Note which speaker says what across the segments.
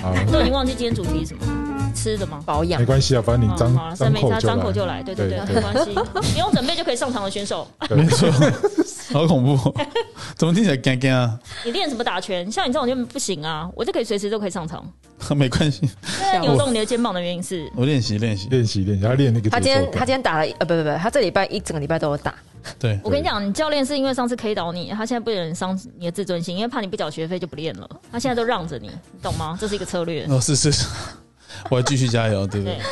Speaker 1: 好，
Speaker 2: 都已经忘记今天主题是什么，吃的吗？
Speaker 3: 保养
Speaker 1: 啊没。关系啊，反正你
Speaker 2: 嗯好
Speaker 1: 张
Speaker 2: 了，
Speaker 1: 张
Speaker 2: 三没
Speaker 1: 口
Speaker 2: 差，
Speaker 1: 就
Speaker 2: 张
Speaker 1: 来
Speaker 2: 口就来，对对对，
Speaker 1: 对
Speaker 2: 没关系，不用准备就可以上场的选手，
Speaker 1: 对
Speaker 4: 没错， 好恐怖、哦，怎么听起来干干啊？
Speaker 2: 你练什么打拳？像你这种就不行啊，我就可以随时都可以上场。
Speaker 4: 没关系，
Speaker 2: 那扭动你的肩膀的原因是，
Speaker 4: 我练习练习。
Speaker 1: 练习练习，他练那个节奏
Speaker 3: 他
Speaker 1: 感。
Speaker 3: 今天他今天打了呃不不不，他这礼拜一整个礼拜都有打，
Speaker 4: 对，
Speaker 2: 我跟你讲，你教练是因为上次 K 倒你，他现在不忍伤你的自尊心，因为怕你不缴学费就不练了，他现在都让着你，你懂吗？这是一个策略。
Speaker 4: 哦，是是是， 我要继续加油，对不对
Speaker 2: 对？，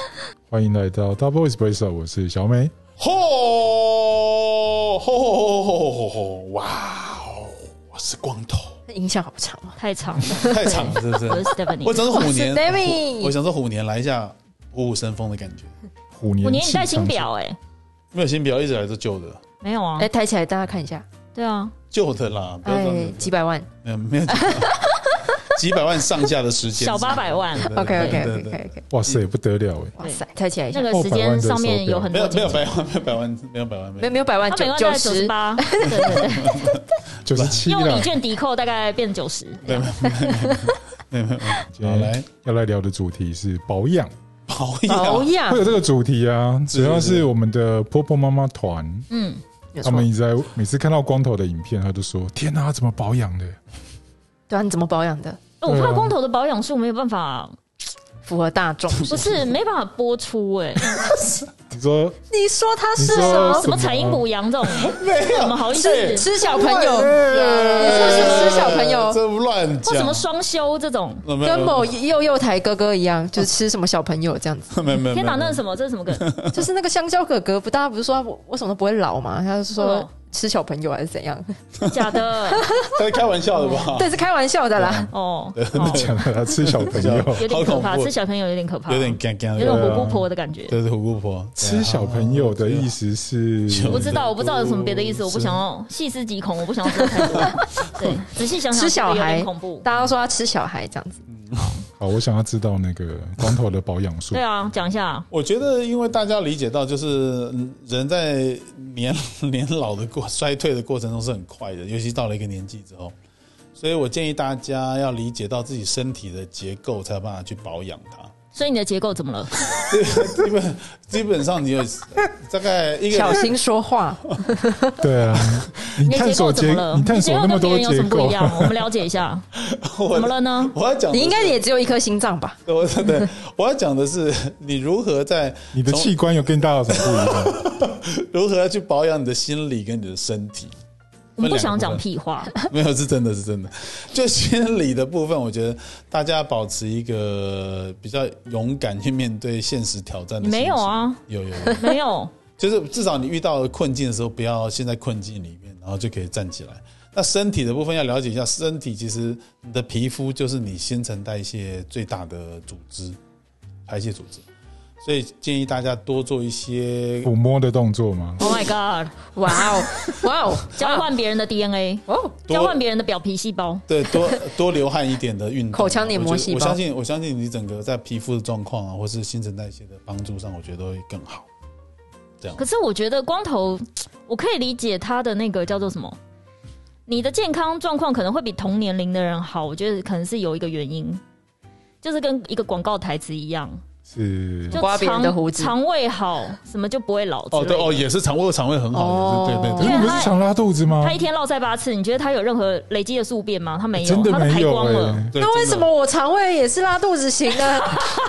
Speaker 1: 欢迎来到 Double Espresso，我是小美。
Speaker 4: 哦吼吼吼吼吼吼！哇哦，我是光头，
Speaker 3: 他影响好长哦。
Speaker 2: 太长了。
Speaker 4: 太长了，是不是
Speaker 2: 我是？
Speaker 4: 我
Speaker 2: Stephanie，
Speaker 4: 想说虎
Speaker 3: 我是
Speaker 4: 年，
Speaker 3: David
Speaker 4: 我想说虎年来一下虎虎生风的感觉。
Speaker 1: 虎年
Speaker 2: 五
Speaker 1: 虎
Speaker 2: 年你戴新表哎、
Speaker 4: 没有新表，一直来都旧的，
Speaker 2: 没有啊
Speaker 3: 哎，？抬起来大家看一下，
Speaker 2: 对啊，
Speaker 4: 旧的啦，不要这
Speaker 3: 哎
Speaker 4: 样，子
Speaker 3: 几百万。
Speaker 4: 没有没有几百万几百万上下的时间，
Speaker 2: 小八百万，
Speaker 4: 对对
Speaker 3: OK OK
Speaker 4: 对
Speaker 3: OK
Speaker 4: 对
Speaker 3: OK，
Speaker 1: 哇塞，不得了哎！
Speaker 3: 哇塞，抬起来一下
Speaker 2: 那。个时间上面有很
Speaker 4: 没
Speaker 2: 多
Speaker 4: 有没
Speaker 2: 金
Speaker 4: 有
Speaker 2: 钱，
Speaker 4: 百万，没有百万，没有哦百万，
Speaker 3: 没有没有百万
Speaker 2: 他
Speaker 3: 九
Speaker 2: 每万大
Speaker 3: 九
Speaker 2: 概九十
Speaker 3: 十，
Speaker 2: 八，对对对，
Speaker 1: 九十七啊
Speaker 2: 用
Speaker 1: 了
Speaker 2: 礼，券抵扣大概变九十。
Speaker 4: 对没有
Speaker 1: 今
Speaker 4: 没有没有没有没有好
Speaker 1: 天
Speaker 4: 来
Speaker 1: 要来聊的主题是保养，
Speaker 4: 保
Speaker 3: 保
Speaker 4: 养，
Speaker 3: 养
Speaker 1: 会有这个主题啊，
Speaker 4: 是
Speaker 1: 主要
Speaker 4: 是
Speaker 1: 是我们的婆婆妈妈团，
Speaker 2: 嗯，
Speaker 3: 没有
Speaker 1: 他
Speaker 3: 错
Speaker 1: 们一直在每次看到光头的影片，他就说：“天哪，他怎么保养的？
Speaker 3: 对啊，你怎么保养的？
Speaker 2: 我怕
Speaker 1: 对啊
Speaker 2: 光头的保养术没有办法，
Speaker 3: 符合大众。
Speaker 2: 不是没办法播出哎、
Speaker 1: 你说
Speaker 3: 你说他
Speaker 1: 你
Speaker 3: 是
Speaker 1: 说
Speaker 3: 什么？
Speaker 2: 什么采阴补阳这种，
Speaker 4: 没有
Speaker 2: 怎么好意思？
Speaker 4: 是
Speaker 2: 或
Speaker 3: 吃小朋友，
Speaker 4: 呃是
Speaker 3: 是小朋友
Speaker 4: 这乱讲，
Speaker 2: 什么双休这种？
Speaker 4: 没有没有
Speaker 3: 跟某幼幼台哥哥一样，就是吃什么小朋友 这样子。
Speaker 4: 没有没有，
Speaker 2: 天哪，
Speaker 4: 没有
Speaker 2: 那是什么？这是什么梗？
Speaker 3: 就是那个香蕉哥哥，不，大家不是说我我什么都不会老嘛？他就说
Speaker 2: 嗯
Speaker 3: 吃小朋友还是怎样？
Speaker 2: 假的
Speaker 4: 在开玩笑的 吧？
Speaker 3: 对，是开玩笑的啦。
Speaker 2: 哦，
Speaker 1: 你
Speaker 2: 哦
Speaker 1: 讲了他吃小朋
Speaker 4: 啊
Speaker 1: 友，
Speaker 2: 有点可怕，
Speaker 4: 好恐怖
Speaker 2: 吃小朋友有点可怕，
Speaker 4: 有点干干
Speaker 2: 有
Speaker 4: 的，
Speaker 2: 种活姑婆的感觉。
Speaker 4: 对对，虎姑婆
Speaker 1: 吃小朋友的意思是
Speaker 4: 对啊
Speaker 2: 我不知道，我不知道有什么别的意思，我不想要细思极恐，我不想要知道太多。对，仔细想想，
Speaker 3: 吃小
Speaker 2: 这个有
Speaker 3: 孩
Speaker 2: 点恐怖。
Speaker 3: 大家都说他吃小孩这样子，
Speaker 1: 好，我想要知道那个光头的保养术
Speaker 2: 对。啊，讲一下，
Speaker 4: 我觉得，因为大家理解到，就是嗯人在年年老的过衰退的过程中是很快的，尤其到了一个年纪之后，所以我建议大家要理解到自己身体的结构，才有办法去保养它。
Speaker 2: 所以你的结构怎么了？
Speaker 4: 基本基本上你有大概一
Speaker 3: 小
Speaker 4: 个
Speaker 3: 心说话。
Speaker 1: 对啊，你
Speaker 2: 你的
Speaker 1: 探
Speaker 2: 结构
Speaker 1: 索
Speaker 2: 怎
Speaker 1: 结
Speaker 2: 么了？
Speaker 1: 你探索那么多
Speaker 2: 你结构跟别人有
Speaker 1: 结
Speaker 2: 什么不
Speaker 1: 构
Speaker 2: 一，样？我们了解一下，
Speaker 4: 我
Speaker 2: 怎 么了呢？
Speaker 4: 我要讲的
Speaker 3: 你
Speaker 4: 是
Speaker 3: 应该也只有一颗心脏吧？
Speaker 4: 我真的我要讲的是 你如何在
Speaker 1: 你的
Speaker 4: 从
Speaker 1: 器官有跟大家有什么不一样？
Speaker 4: 如何去保养你的心理跟你的身 体。
Speaker 2: 我们不
Speaker 4: 分两
Speaker 2: 想
Speaker 4: 个部
Speaker 2: 讲
Speaker 4: 分
Speaker 2: 屁话，
Speaker 4: 没有，是真的是真的。就心理的部分，我觉得大家保持一个比较勇敢去面对现实挑战
Speaker 2: 你
Speaker 4: 的。
Speaker 2: 没有 啊？
Speaker 4: 有有有，
Speaker 2: 没有。
Speaker 4: 就是至少你遇到困境的时候，不要陷在困境里面，然后就可以站起来。那身体的部分要了解一下，身体其实你的皮肤就是你新陈代谢最大的组织，排泄组织，所以建议大家多做一些
Speaker 1: 抚摸的动作吗？
Speaker 2: Oh my god！
Speaker 3: 哇 哦， 哇哦，
Speaker 2: 交换别人的 DNA，
Speaker 3: 哦，
Speaker 4: 多
Speaker 2: 交换别人的表皮细胞，
Speaker 4: 对，多多流汗一点的运动，啊
Speaker 3: 口腔黏膜
Speaker 4: 我觉得
Speaker 3: 细胞
Speaker 4: 我相信，我相信你整个在皮肤的状况啊，或是新陈代谢的帮助上，我觉得都会更好。这样
Speaker 2: 可，是我觉得光头，我可以理解他的那个叫做什么，你的健康状况可能会比同年龄的人好，我觉得可能是有一个原因，就是跟一个广告台词一样，
Speaker 1: 是
Speaker 2: 就
Speaker 3: 刮别人的胡子
Speaker 2: 肠胃好，什么就不会老之
Speaker 4: 哦，
Speaker 2: 类的。
Speaker 4: 对哦，也是肠胃肠胃很好，
Speaker 3: 哦
Speaker 4: 也是对对
Speaker 1: 因
Speaker 4: 对。
Speaker 1: 为你不
Speaker 2: 啊
Speaker 1: 是常拉肚子吗
Speaker 2: 他？一天落腮八次，你觉得他有任何累积的宿便吗？他
Speaker 4: 哎
Speaker 2: 没有，
Speaker 1: 真的
Speaker 2: 他都
Speaker 1: 没
Speaker 2: 排
Speaker 1: 有
Speaker 2: 光了。
Speaker 1: 哎，
Speaker 4: 对
Speaker 3: 那为什？
Speaker 4: 真的
Speaker 3: 么我肠胃也是拉肚子型 的？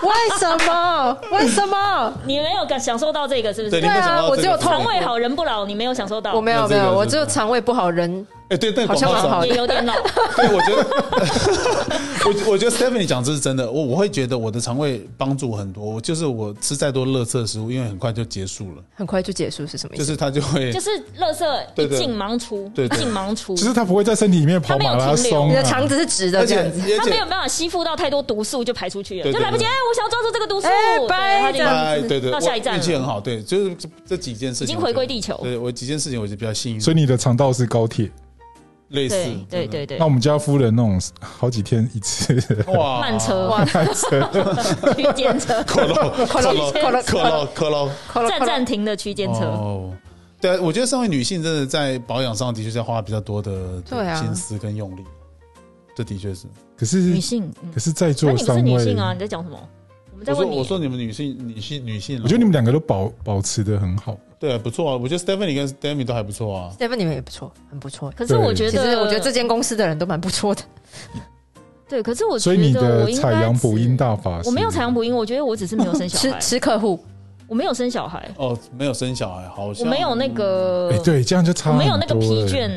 Speaker 3: 为什么？为什么？
Speaker 2: 你没有感享受到这个是不
Speaker 4: 对，你
Speaker 2: 是？
Speaker 4: 没
Speaker 3: 对啊
Speaker 4: 想到
Speaker 3: 我
Speaker 4: 这个
Speaker 3: 只有痛
Speaker 2: 肠胃好人不老，你没有享受到，
Speaker 3: 我没有
Speaker 4: 那这
Speaker 3: 没
Speaker 4: 个
Speaker 3: 有，我
Speaker 4: 是
Speaker 3: 只有肠胃不好，人
Speaker 4: 哎，对，但
Speaker 3: 好
Speaker 4: 广
Speaker 3: 像
Speaker 4: 告
Speaker 3: 蛮好
Speaker 4: 上
Speaker 3: 的，
Speaker 2: 也有点老。
Speaker 4: 对，我觉得， 我我觉得 Stephanie 讲这是真的，我我会觉得我的肠胃帮助我很多，我就是我吃再多垃圾食物，因为很快就结束了，
Speaker 3: 很快就结束是什么意
Speaker 4: 就
Speaker 3: 思？
Speaker 4: 是它就会
Speaker 2: 就是垃圾
Speaker 4: 对
Speaker 2: 一
Speaker 4: 对
Speaker 2: 进盲出，
Speaker 4: 对对
Speaker 2: 进盲出，
Speaker 1: 就是它不会在身体里面跑马拉松
Speaker 3: 你的
Speaker 1: 啊
Speaker 3: 肠。子是直的
Speaker 4: 而
Speaker 3: 这
Speaker 4: 且
Speaker 3: 样子。
Speaker 4: 而
Speaker 2: 它没有
Speaker 4: 且
Speaker 2: 办法吸附到太多毒素就排出去了，
Speaker 4: 对对
Speaker 2: 就来不及。
Speaker 4: 对
Speaker 2: 哎，我想要抓住这个毒素，
Speaker 3: 哎
Speaker 2: 对
Speaker 3: 拜
Speaker 2: 它就
Speaker 3: 这样
Speaker 4: 哎，对对，
Speaker 2: 到下一站了
Speaker 4: 我运气很好，对，就是这这几件事
Speaker 2: 已
Speaker 4: 情
Speaker 2: 经
Speaker 4: 我觉得
Speaker 2: 回归地球
Speaker 4: 对我几件事情我就比较幸运，
Speaker 1: 所以你的肠道是高铁，
Speaker 4: 类似
Speaker 2: 对，对对对
Speaker 1: 那，我们家夫人那种好几天一次，
Speaker 4: 哇，
Speaker 2: 慢车
Speaker 3: 哇
Speaker 2: 区间车，
Speaker 4: 克隆，克隆，
Speaker 3: 可乐
Speaker 4: 克隆，克隆，
Speaker 2: 站暂停的区间车，
Speaker 4: 哦，对啊，我觉得身为女性，真的在保养上的确是要花比较多的
Speaker 3: 对啊
Speaker 4: 心思跟用力。这的确是。
Speaker 1: 可是
Speaker 2: 女性，嗯
Speaker 1: 可，是在
Speaker 2: 那
Speaker 1: 座
Speaker 2: 你不是
Speaker 1: 三
Speaker 2: 女
Speaker 1: 位，
Speaker 2: 性啊？你在讲什么？我们在
Speaker 4: 我说
Speaker 2: 问你，
Speaker 4: 我说你们女性女性女性啦，
Speaker 1: 我觉得你们两个都保保持的很好。
Speaker 4: 对啊不错啊，我觉得 Stephanie 跟 Demi 都还不错啊。
Speaker 3: Stephen 你们也不错，很不错。
Speaker 2: 可是我
Speaker 1: 对
Speaker 2: 觉
Speaker 3: 其
Speaker 2: 得，
Speaker 3: 实我觉得这间公司的人都蛮不错的。
Speaker 2: 对，可是我
Speaker 1: 所
Speaker 2: 觉
Speaker 1: 以你
Speaker 2: 得
Speaker 1: 的
Speaker 2: 我应
Speaker 1: 采
Speaker 2: 该
Speaker 1: 阳补阴
Speaker 2: 只
Speaker 1: 大法是，
Speaker 2: 我没有采阳补阴，我觉得我只是没有生小
Speaker 3: 吃
Speaker 2: 孩，
Speaker 3: 吃客户，
Speaker 2: 我没有生小孩，
Speaker 4: 哦，没有生小孩，好
Speaker 2: 我
Speaker 4: 像
Speaker 2: 没有那个
Speaker 1: 哎，，对，这样就差
Speaker 2: 我
Speaker 1: 很多欸
Speaker 2: 没有那个疲
Speaker 1: 了
Speaker 2: 倦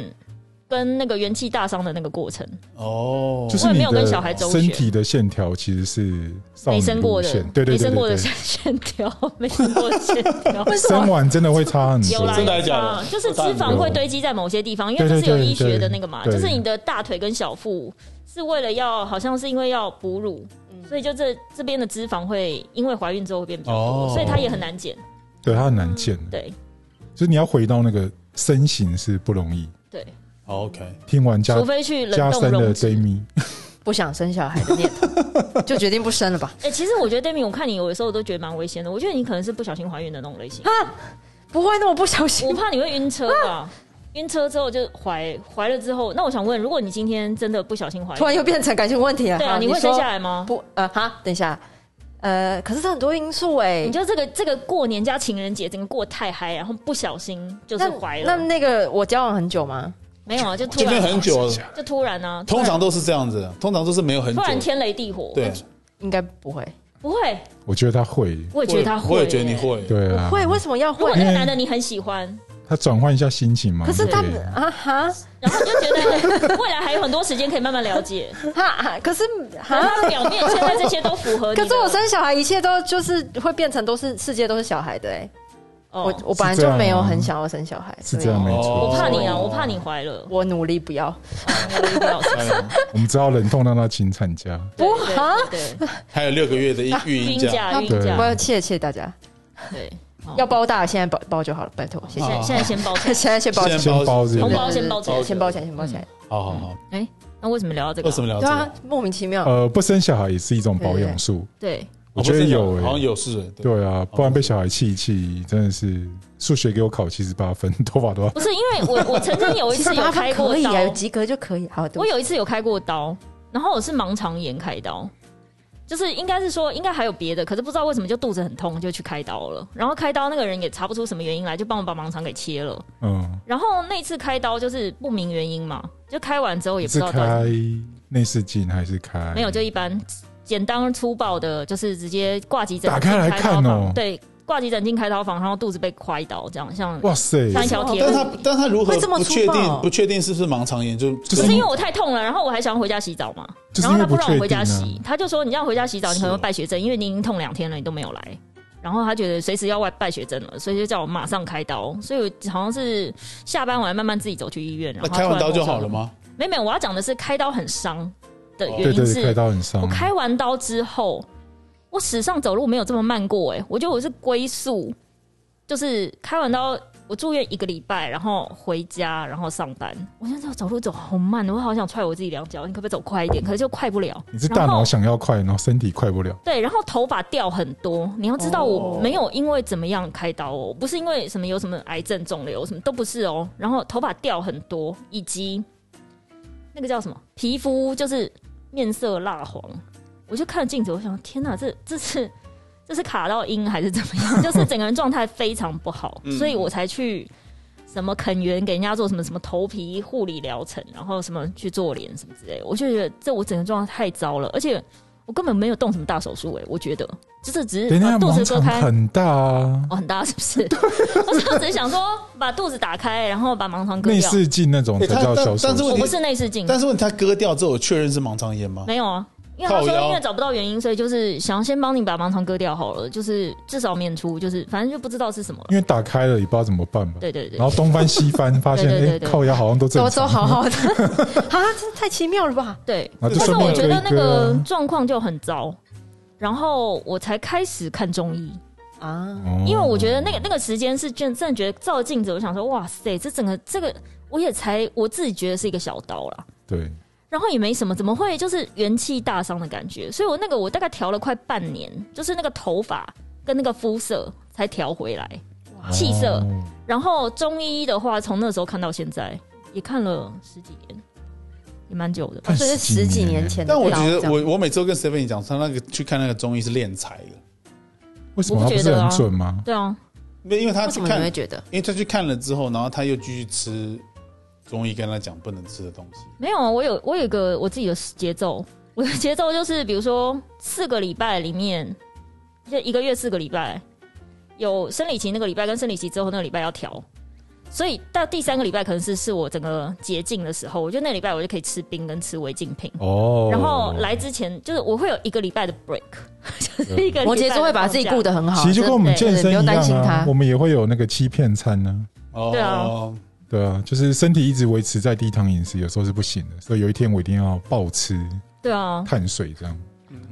Speaker 2: 跟那个元气大伤的那个过程。
Speaker 4: 哦，
Speaker 1: 就是
Speaker 2: 我也
Speaker 1: 你
Speaker 2: 没有跟小孩
Speaker 1: 的
Speaker 2: 周
Speaker 1: 身
Speaker 2: 旋
Speaker 1: 体的线条其实是少
Speaker 2: 没
Speaker 1: 女
Speaker 2: 生过
Speaker 1: 路
Speaker 2: 的
Speaker 1: 线，，对对
Speaker 2: 没
Speaker 1: 对
Speaker 2: 生过
Speaker 1: 对
Speaker 2: 的
Speaker 1: 对，
Speaker 2: 线条，没生过的线条。
Speaker 1: 生完真的会差很
Speaker 2: 有
Speaker 1: 多
Speaker 2: 啦，。
Speaker 4: 真的还
Speaker 2: 有
Speaker 4: 假的
Speaker 2: 啦就是
Speaker 4: 我
Speaker 2: 脂
Speaker 4: 当然啊
Speaker 2: 肪
Speaker 1: 有
Speaker 2: 会堆积在某些地方，因
Speaker 1: 对
Speaker 2: 为这
Speaker 1: 对
Speaker 2: 是有
Speaker 1: 对
Speaker 2: 医学
Speaker 1: 对
Speaker 2: 的那个嘛，
Speaker 1: 对
Speaker 2: 就是你的大腿跟小腹是为了要，好像是因为要哺乳，所以就这这边的脂肪会因为怀孕之后会变比较多，
Speaker 4: 嗯哦
Speaker 2: 所以它也很难减。
Speaker 1: 对，它很难见，
Speaker 2: 嗯对
Speaker 1: 就是你要回到那个身形是不容易。
Speaker 2: 对，
Speaker 4: 好 OK，
Speaker 1: 听完加
Speaker 2: 除非去冷
Speaker 1: 加
Speaker 2: 冻
Speaker 1: 深
Speaker 2: 溶
Speaker 1: 的
Speaker 2: 脂。
Speaker 1: Jamie，
Speaker 3: 不想生小孩的念 头，就决定不生了吧？
Speaker 2: 哎、其实我觉得 Demi，我看你有的时候我都觉得蛮危险的。我觉得你可能是不小心怀孕的那种类型，
Speaker 3: 不会那么不小
Speaker 2: 我
Speaker 3: 心。
Speaker 2: 怕你会晕车吧。晕车之后就怀怀了之后，那我想问，如果你今天真的不小心怀
Speaker 3: 突
Speaker 2: 孕，
Speaker 3: 然又变成感情问题了。
Speaker 2: 对啊，
Speaker 3: 好
Speaker 2: 你
Speaker 3: 你
Speaker 2: 会
Speaker 3: 说
Speaker 2: 生下来吗？
Speaker 3: 不？呃，哈，等一下，呃，可是这很多因素哎、
Speaker 2: 你就这个这个过年加情人节，整个过得太嗨，然后不小心就是怀
Speaker 3: 那
Speaker 2: 了。
Speaker 3: 那那个我交往很久吗？
Speaker 2: 没有啊，就突
Speaker 4: 今天
Speaker 2: 然
Speaker 4: 很久了，
Speaker 2: 就突然啊，突
Speaker 4: 通
Speaker 2: 然
Speaker 4: 常都是这样子，通常都是没有很
Speaker 2: 突
Speaker 4: 久，
Speaker 2: 然天雷地火。
Speaker 4: 对，，
Speaker 3: 应该不会。
Speaker 2: 不会，
Speaker 1: 我觉得他会，
Speaker 2: 我也觉得他会，
Speaker 4: 我也觉得你。会，
Speaker 1: 对
Speaker 3: 不
Speaker 1: 啊，
Speaker 3: 会？为什么要
Speaker 2: 如
Speaker 3: 会
Speaker 2: 果？那个男的你很喜欢，
Speaker 1: 他转换一下心情嘛。
Speaker 3: 可是
Speaker 1: 对
Speaker 3: 他
Speaker 1: 不对
Speaker 3: 啊哈
Speaker 2: 然后你就觉得未来还有很多时间可以慢慢了解，
Speaker 3: 哈哈，可是
Speaker 2: 然
Speaker 3: 哈。
Speaker 2: 后他的表面现在这些都符合你的。
Speaker 3: 可是我生小孩，一切都就是会变成都是世界都是小孩的哎、
Speaker 2: 哦
Speaker 3: 我我本来
Speaker 1: 是这
Speaker 3: 就
Speaker 1: 样
Speaker 3: 没有
Speaker 1: 吗
Speaker 3: 很想要生小孩，
Speaker 1: 是
Speaker 3: 所以
Speaker 1: 这样嗯没
Speaker 2: 我
Speaker 4: 哦
Speaker 1: 错，
Speaker 2: 怕你啊，我怕你怀了，
Speaker 3: 我努力不要。
Speaker 2: 我一定要
Speaker 4: 哎呦
Speaker 1: 我们只好忍痛让他请产假。
Speaker 2: 不
Speaker 3: 啊
Speaker 2: 对，
Speaker 4: 还有六个月的 孕育
Speaker 2: 晕
Speaker 4: 婴假，
Speaker 2: 假晕
Speaker 1: 对
Speaker 3: 我
Speaker 2: 假，
Speaker 3: 要谢谢大家，
Speaker 2: 对，好
Speaker 3: 要包大现在包包就好了，拜托，谢
Speaker 2: 现
Speaker 3: 谢。
Speaker 2: 在现在先包起来，
Speaker 3: 现在先包起来，
Speaker 4: 先包
Speaker 1: 先嗯包这
Speaker 2: 红
Speaker 1: 个，
Speaker 2: 包先包起
Speaker 4: 包
Speaker 2: 来
Speaker 4: 起。
Speaker 3: 先包起来，先包起来。
Speaker 4: 好好好，
Speaker 2: 哎，那为什么聊到这个
Speaker 4: 为
Speaker 2: 啊？
Speaker 4: 什么聊
Speaker 3: 对
Speaker 4: 这
Speaker 3: 啊
Speaker 4: 个？，
Speaker 3: 莫名其妙。
Speaker 1: 呃，不生小孩也是一种保养术，
Speaker 2: 嗯对，
Speaker 1: 我觉得有
Speaker 4: 好像
Speaker 1: 诶。
Speaker 4: 有事，哎
Speaker 1: 对啊，不然被小孩气一气，真的是数学给我考七十八分， 头发都要
Speaker 2: 不是因为我我曾经有一次 有开过
Speaker 3: 可以
Speaker 2: 刀
Speaker 3: 啊，，有及格就可以。好，对不
Speaker 2: 我
Speaker 3: 起
Speaker 2: 有一次有开过刀，然后我是盲肠炎开刀，就是应该是说应该还有别的，可是不知道为什么就肚子很痛就去开刀了，然后开刀那个人也查不出什么原因来，就帮我把盲肠给切了，
Speaker 1: 嗯，
Speaker 2: 然后那次开刀就是不明原因嘛，就开完之后也不知
Speaker 1: 是
Speaker 2: 道到底
Speaker 1: 开内视镜还是开？
Speaker 2: 没有，就一般简单粗暴的，就是直接挂急诊
Speaker 1: 打开来
Speaker 2: 进开刀
Speaker 1: 看
Speaker 2: 房
Speaker 1: 哦
Speaker 2: 对，挂急诊进开刀房，然后肚子被划一刀，这样像
Speaker 1: 哇塞，
Speaker 2: 像一条铁路。
Speaker 4: 但他但他如何
Speaker 3: 会这么
Speaker 4: 不确
Speaker 3: 粗暴
Speaker 4: 定不确定是不是盲肠炎，就
Speaker 1: 就
Speaker 2: 不
Speaker 1: 是
Speaker 2: 是因
Speaker 1: 你
Speaker 2: 为我太痛了，然后我还想要回家洗澡嘛，
Speaker 1: 就是
Speaker 2: 然后
Speaker 1: 因为
Speaker 2: 他不
Speaker 1: 不
Speaker 2: 让我
Speaker 1: 确
Speaker 2: 回
Speaker 1: 定
Speaker 2: 家
Speaker 1: 啊。
Speaker 2: 洗，他就说你这样回家洗澡，你可能
Speaker 4: 是
Speaker 2: 会
Speaker 4: 哦
Speaker 2: 败血症，因为你已经痛两天了，你都没有来。然后他觉得随时要外败血症了，所以就叫我马上开刀。所以我好像是 下班我还慢慢自己走去医院，然
Speaker 4: 那
Speaker 2: 后他
Speaker 4: 开
Speaker 2: 突
Speaker 4: 完
Speaker 2: 然
Speaker 4: 刀
Speaker 2: 跟
Speaker 4: 就
Speaker 2: 我说
Speaker 4: 好了？吗？哦
Speaker 2: 没有没有，我要讲的是开刀很伤的
Speaker 1: 对
Speaker 2: 原因
Speaker 1: 对，对
Speaker 2: 是
Speaker 1: 开刀很伤。
Speaker 2: 我开完刀之后，我史上走路没有这么慢过、欸，我觉得我是龟速，就是开完刀我住院一个礼拜，然后回家，然后上班。我现在走路走好慢的，我好想踹我自己两脚，你可不可以走快一点？可是就快不了。
Speaker 1: 你是大
Speaker 2: 然
Speaker 1: 脑
Speaker 2: 后
Speaker 1: 想要快，然后身体快不了。
Speaker 2: 对，然后头发掉很多。你要知道，我
Speaker 4: 哦
Speaker 2: 没有因为怎么样开刀哦，不是因为什么有什么癌症、肿瘤什么都不是哦。然后头发掉很多，以及那个叫什么皮肤就是面色蜡黄。我就看镜子，我想天哪，这这是这是卡到音还是怎么 样？就是整个人状态非常不好，
Speaker 4: 嗯
Speaker 2: 所以我才去。什么垦源给人家做什么什么头皮护理疗程，然后什么去做脸什么之类的，我就觉得这我整个状态太糟了，而且我根本没有动什么大手术哎、我觉得就是只是
Speaker 1: 人
Speaker 2: 把
Speaker 1: 家
Speaker 2: 啊肚
Speaker 1: 盲
Speaker 2: 子
Speaker 1: 肠
Speaker 2: 割开，
Speaker 1: 很大啊，
Speaker 2: 哦很大是不是？ 我只是想说把肚子打开，然后把盲肠割
Speaker 1: 内
Speaker 2: 掉。
Speaker 1: 视镜那种才
Speaker 4: 对他
Speaker 1: 叫小
Speaker 4: 但但是
Speaker 1: 手术。
Speaker 2: 我
Speaker 4: 问
Speaker 2: 不
Speaker 4: 题
Speaker 2: 是内视镜，
Speaker 4: 但是问题他割掉之后有确认是盲肠炎吗？
Speaker 2: 没有啊，因为他
Speaker 4: 靠
Speaker 2: 说
Speaker 4: 腰
Speaker 2: 因为找不到原因，所以就是想先帮你把盲肠割掉好了，就是至少免除，就是反正就不知道是什么了。
Speaker 1: 因为打开了也不知道怎么办吧。
Speaker 2: 对对对
Speaker 1: 然，后东翻西翻，发 现
Speaker 2: 对对对
Speaker 1: 哎，
Speaker 2: 对
Speaker 1: 靠腰好像都
Speaker 3: 走
Speaker 1: 正常，
Speaker 3: 走好好的，啊，这太奇妙了吧？
Speaker 2: 对，
Speaker 1: 然后就
Speaker 2: 但是
Speaker 1: 顺
Speaker 2: 我
Speaker 1: 便
Speaker 2: 觉
Speaker 1: 割
Speaker 2: 得
Speaker 1: 一
Speaker 2: 那
Speaker 1: 割
Speaker 2: 个
Speaker 1: 啊。
Speaker 2: 状况就很糟，然后我才开始看中医。
Speaker 3: 啊，
Speaker 1: 哦
Speaker 2: 因为我觉得那个那个时间是真真的觉得照镜子，我想说，哇塞，这整个这个我也才我自己觉得是一个小刀啦，
Speaker 1: 对，
Speaker 2: 然后也没什么，怎么会就是元气大伤的感觉？所以我那个我大概调了快半年，就是那个头发跟那个肤色才调回来，气色。
Speaker 1: 哦
Speaker 2: 然后中医的话，从那时候看到现在也看了十几年，也蛮久的。
Speaker 1: 看
Speaker 3: 所以是十几年前的
Speaker 4: 但
Speaker 3: 料
Speaker 4: 我
Speaker 3: 这
Speaker 4: 觉
Speaker 3: 样。
Speaker 4: 得我我每周跟 Stephanie 讲，他那个去看那个中医是练财的，
Speaker 1: 为什么
Speaker 2: 我
Speaker 1: 他不
Speaker 2: 不觉
Speaker 1: 是
Speaker 2: 得啊
Speaker 1: 很准吗？
Speaker 2: 对啊，
Speaker 4: 因为因为他
Speaker 3: 为
Speaker 4: 去
Speaker 3: 什么你
Speaker 4: 看
Speaker 3: 会，觉得？
Speaker 4: 因为他去看了之后，然后他又继续吃中医跟他讲不能吃的东西。
Speaker 2: 没有啊，我有我有一个我自己的节奏，我的节奏就是比如说四个礼拜里面，就一个月四个礼拜，有生理期那个礼拜跟生理期之后那个礼拜要调，所以到第三个礼拜可能是是我整个洁净的时候，我觉得那礼拜我就可以吃冰跟吃违禁品。
Speaker 1: 哦，
Speaker 2: 然后来之前，就是我会有一个礼拜的 break，就是一个礼拜的
Speaker 3: 摩羯座会把自己顾
Speaker 2: 放假。
Speaker 3: 得很好，
Speaker 1: 其实就跟我们健身
Speaker 3: 对对
Speaker 1: 一
Speaker 3: 不用担
Speaker 1: 样
Speaker 3: 心
Speaker 1: 啊
Speaker 3: 他，
Speaker 1: 我们也会有那个欺骗餐呢、
Speaker 4: 哦，
Speaker 2: 对
Speaker 1: 对啊，就是身体一直维持在低糖饮食，有时候是不行的，所以有一天我一定要暴吃
Speaker 2: 对啊，
Speaker 1: 碳水这样。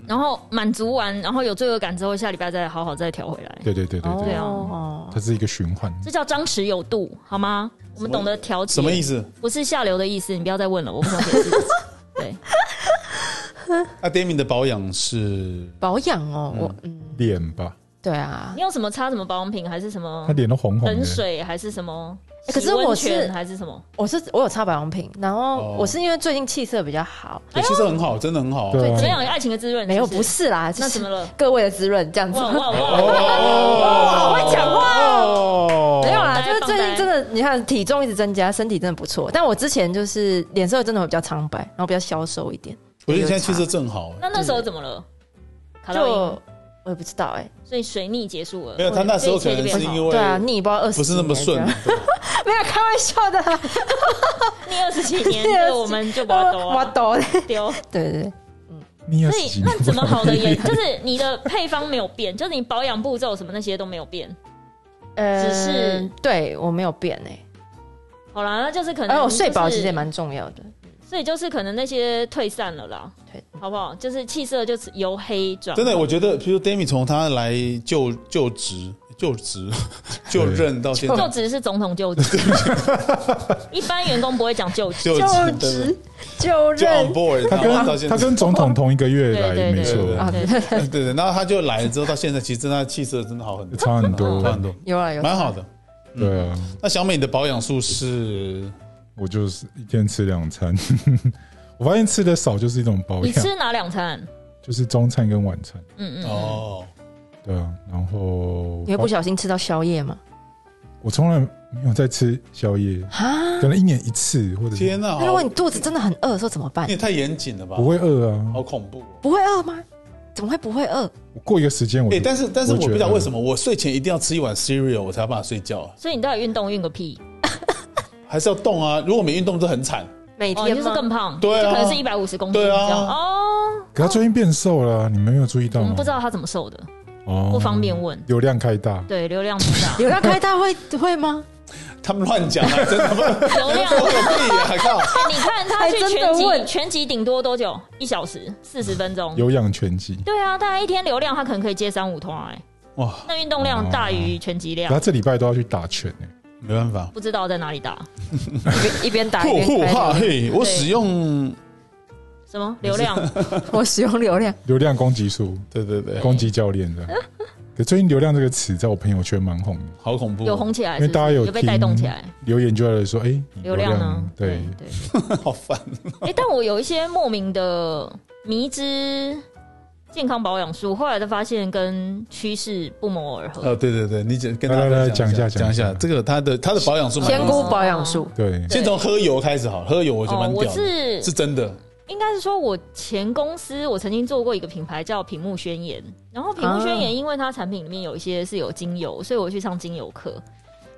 Speaker 2: 然后满足完，然后有罪恶感之后，下礼拜再好好再调回来，
Speaker 1: 对对对对对，
Speaker 2: 啊
Speaker 3: 哦
Speaker 1: 它是一个循环。
Speaker 2: 这叫张弛有度，好吗？我们懂得调节。
Speaker 4: 什么意？思？
Speaker 2: 不是下流的意思，你不要再问了，我不想解释。对，
Speaker 4: 那 d a m i n 的保养是
Speaker 3: 保养哦，我嗯，
Speaker 1: 脸吧，
Speaker 3: 对啊
Speaker 2: 你，有什么擦什么保养品，还是什么
Speaker 1: 他脸都红红
Speaker 2: 冷
Speaker 1: 的。
Speaker 2: 水，还是什么
Speaker 3: 欸
Speaker 2: 洗温泉？
Speaker 3: 可是我是
Speaker 2: 还是什么？
Speaker 3: 我是我有擦保养品，然后
Speaker 4: 哦
Speaker 3: 我是因为最近气色比较好，
Speaker 4: 对，其实很好，真的很好。
Speaker 1: 对啊
Speaker 2: 怎么样？爱情的滋润？
Speaker 3: 没有
Speaker 2: 是
Speaker 3: 不是啦，就
Speaker 2: 那
Speaker 3: 是
Speaker 2: 怎么了？
Speaker 3: 各位的滋润这样子
Speaker 2: 哇。 哇哇！
Speaker 4: 哦
Speaker 2: 好会讲话
Speaker 4: 哦
Speaker 3: 没有啦，
Speaker 2: 放
Speaker 3: 就
Speaker 2: 呆
Speaker 3: 是最近真的，你看体重一直增加，身体真的不错。但我之前就是脸色真的会比较苍白，然后比较消瘦一点。
Speaker 4: 我觉得你现在气色正好。
Speaker 2: 那那时候怎么了？卡
Speaker 3: 就
Speaker 2: 到音，
Speaker 3: 我也不知道哎、
Speaker 2: 所以水逆结束了。
Speaker 4: 没有，他那时候可能是 因
Speaker 3: 对啊，
Speaker 4: 为
Speaker 3: 逆不知道二十
Speaker 4: 不是那么顺，
Speaker 3: 没有开玩笑的啊啦，
Speaker 2: 逆二十几年，
Speaker 3: 逆二
Speaker 2: 所
Speaker 3: 十
Speaker 2: 以我们就把它抖
Speaker 3: 我
Speaker 2: 啊
Speaker 3: 懂。
Speaker 2: 丢。
Speaker 3: 对对对，
Speaker 1: 你也
Speaker 2: 所
Speaker 1: 是
Speaker 2: 以
Speaker 1: 几年
Speaker 2: 那怎么好的也就是你的配方没有变，就是你保养步骤什么那些都没有变。
Speaker 3: 呃，
Speaker 2: 只是
Speaker 3: 对我没有变哎、
Speaker 2: 好啦，那就是可能、
Speaker 3: 而
Speaker 2: 就是。
Speaker 3: 我哦睡饱其实也蛮重要的。
Speaker 2: 所以就是可能那些退散了啦，
Speaker 3: 对
Speaker 2: 好不好？就是气色就是由黑转
Speaker 4: 真的，我觉得，比如 d a m i 从他来就就职、就 职、就任到现
Speaker 2: 就
Speaker 4: 在，
Speaker 2: 职是总统就 职，一般员工不会讲就职。
Speaker 4: 就
Speaker 3: 就
Speaker 4: 对
Speaker 3: 职就
Speaker 4: 对就哦
Speaker 3: 任
Speaker 4: on board，
Speaker 1: 他
Speaker 4: 然后到
Speaker 1: 跟
Speaker 4: 现
Speaker 1: 他
Speaker 4: 在，
Speaker 1: 跟总统同一个月
Speaker 2: 对
Speaker 1: 来，
Speaker 2: 对
Speaker 1: 没
Speaker 2: 对
Speaker 1: 错，
Speaker 4: 啊
Speaker 2: 对对对
Speaker 4: 对对，然后他就来了之后到现在，其实真的他气色真的好很多，
Speaker 1: 差很
Speaker 4: 差很
Speaker 1: 多。
Speaker 4: 多，
Speaker 3: 有啊有啦
Speaker 4: 蛮好的。
Speaker 1: 对啊，
Speaker 4: 那小美你的保养术是
Speaker 1: 我就是一天吃两餐， 我发现吃的少就是一种保
Speaker 2: 你
Speaker 1: 养，
Speaker 2: 吃哪两餐？
Speaker 1: 就是中餐跟晚餐。
Speaker 2: 嗯嗯嗯，
Speaker 4: 哦，
Speaker 1: 对啊，然后
Speaker 3: 你会不小心吃到宵夜吗？
Speaker 1: 我从来没有在吃宵 夜，
Speaker 3: 啊，
Speaker 1: 可能一年一次或者是
Speaker 4: 天哪，
Speaker 3: 那如
Speaker 4: 好
Speaker 3: 果
Speaker 4: 你
Speaker 3: 你肚子真的很饿的时候怎么办
Speaker 4: 也？太严谨了吧
Speaker 1: 不，会饿啊。
Speaker 4: 好恐怖哦。
Speaker 3: 不会饿吗？怎么会不会饿？
Speaker 1: 我过一个时间我
Speaker 4: 哎，
Speaker 1: 就
Speaker 4: 但是但是我不知道
Speaker 1: 我觉得
Speaker 4: 为什么我睡前一定要吃一碗 cereal 我才有办法睡觉啊，
Speaker 2: 所以你到底运动运个屁？
Speaker 4: 还是要动啊。如果没运动就很惨。
Speaker 3: 每
Speaker 2: 哦，你
Speaker 3: 天
Speaker 2: 就是
Speaker 3: 吗？
Speaker 2: 更胖，
Speaker 4: 对啊
Speaker 2: 就可能是一百五十公斤
Speaker 4: 对
Speaker 2: 这
Speaker 4: 啊
Speaker 2: 样。哦，
Speaker 1: 可他最近变瘦了啊，你们没有注意
Speaker 2: 我
Speaker 1: 到吗？
Speaker 2: 嗯们不知道他怎么瘦的，
Speaker 1: 哦
Speaker 2: 不方便问。
Speaker 1: 流量开大，
Speaker 2: 对，流量不 大，
Speaker 3: 流量开大会会吗？
Speaker 4: 他们乱讲啊，真的吗？
Speaker 2: 流量
Speaker 4: 我有屁啊！靠，
Speaker 2: 哎你看他去
Speaker 3: 还真的
Speaker 2: 全集，
Speaker 3: 问
Speaker 2: 全集顶多多久？一小时四十分钟。
Speaker 1: 有氧拳击。
Speaker 2: 对啊，大概一天流量他可能可以接三五通哎，
Speaker 4: 哇，
Speaker 2: 那运动量大于全集量
Speaker 1: 他，这礼拜都要去打拳呢、
Speaker 4: 没办法。
Speaker 2: 不知道在哪里打。
Speaker 3: 一边 一边打一
Speaker 4: 嚯嚯
Speaker 3: 边
Speaker 4: 哈
Speaker 3: 开，
Speaker 4: 嘿！我使用，
Speaker 2: 什么流量？
Speaker 3: 我使用流量。
Speaker 1: 流量攻击术，
Speaker 4: 对对对，
Speaker 1: 攻击教练这 样。可最近“流量”这个词在我朋友圈蛮红的，
Speaker 4: 好恐怖哦，
Speaker 2: 有红起来
Speaker 1: 因为
Speaker 2: 是不是，
Speaker 1: 大家
Speaker 2: 有被带动
Speaker 1: 听
Speaker 2: 起来。
Speaker 1: 留言就在说：“哎、你
Speaker 2: 流量呢？
Speaker 1: 对，
Speaker 2: 对。
Speaker 4: 好烦。哦
Speaker 2: 哎、但我有一些莫名的迷之健康保养术，后来才发现跟趋势不谋而合。
Speaker 4: 呃，对对对，你讲跟大
Speaker 1: 来来
Speaker 4: 家
Speaker 1: 来
Speaker 4: 讲一下，
Speaker 1: 讲一下讲
Speaker 4: 讲
Speaker 1: 一
Speaker 4: 一
Speaker 1: 下
Speaker 4: 下这个它的它的保养术蛮
Speaker 3: 仙
Speaker 4: 多
Speaker 3: 姑
Speaker 4: 的，
Speaker 3: 保养
Speaker 4: 哦
Speaker 3: 术，
Speaker 1: 对，
Speaker 4: 先从喝油开始好了，喝油我觉得蛮
Speaker 2: 哦我
Speaker 4: 屌的，
Speaker 2: 是
Speaker 4: 是真的。
Speaker 2: 应该是说，我前公司我曾经做过一个品牌叫屏幕宣言，然后
Speaker 4: 啊
Speaker 2: 屏幕宣言因为它产品里面有一些是有精油，所以我去上精油课，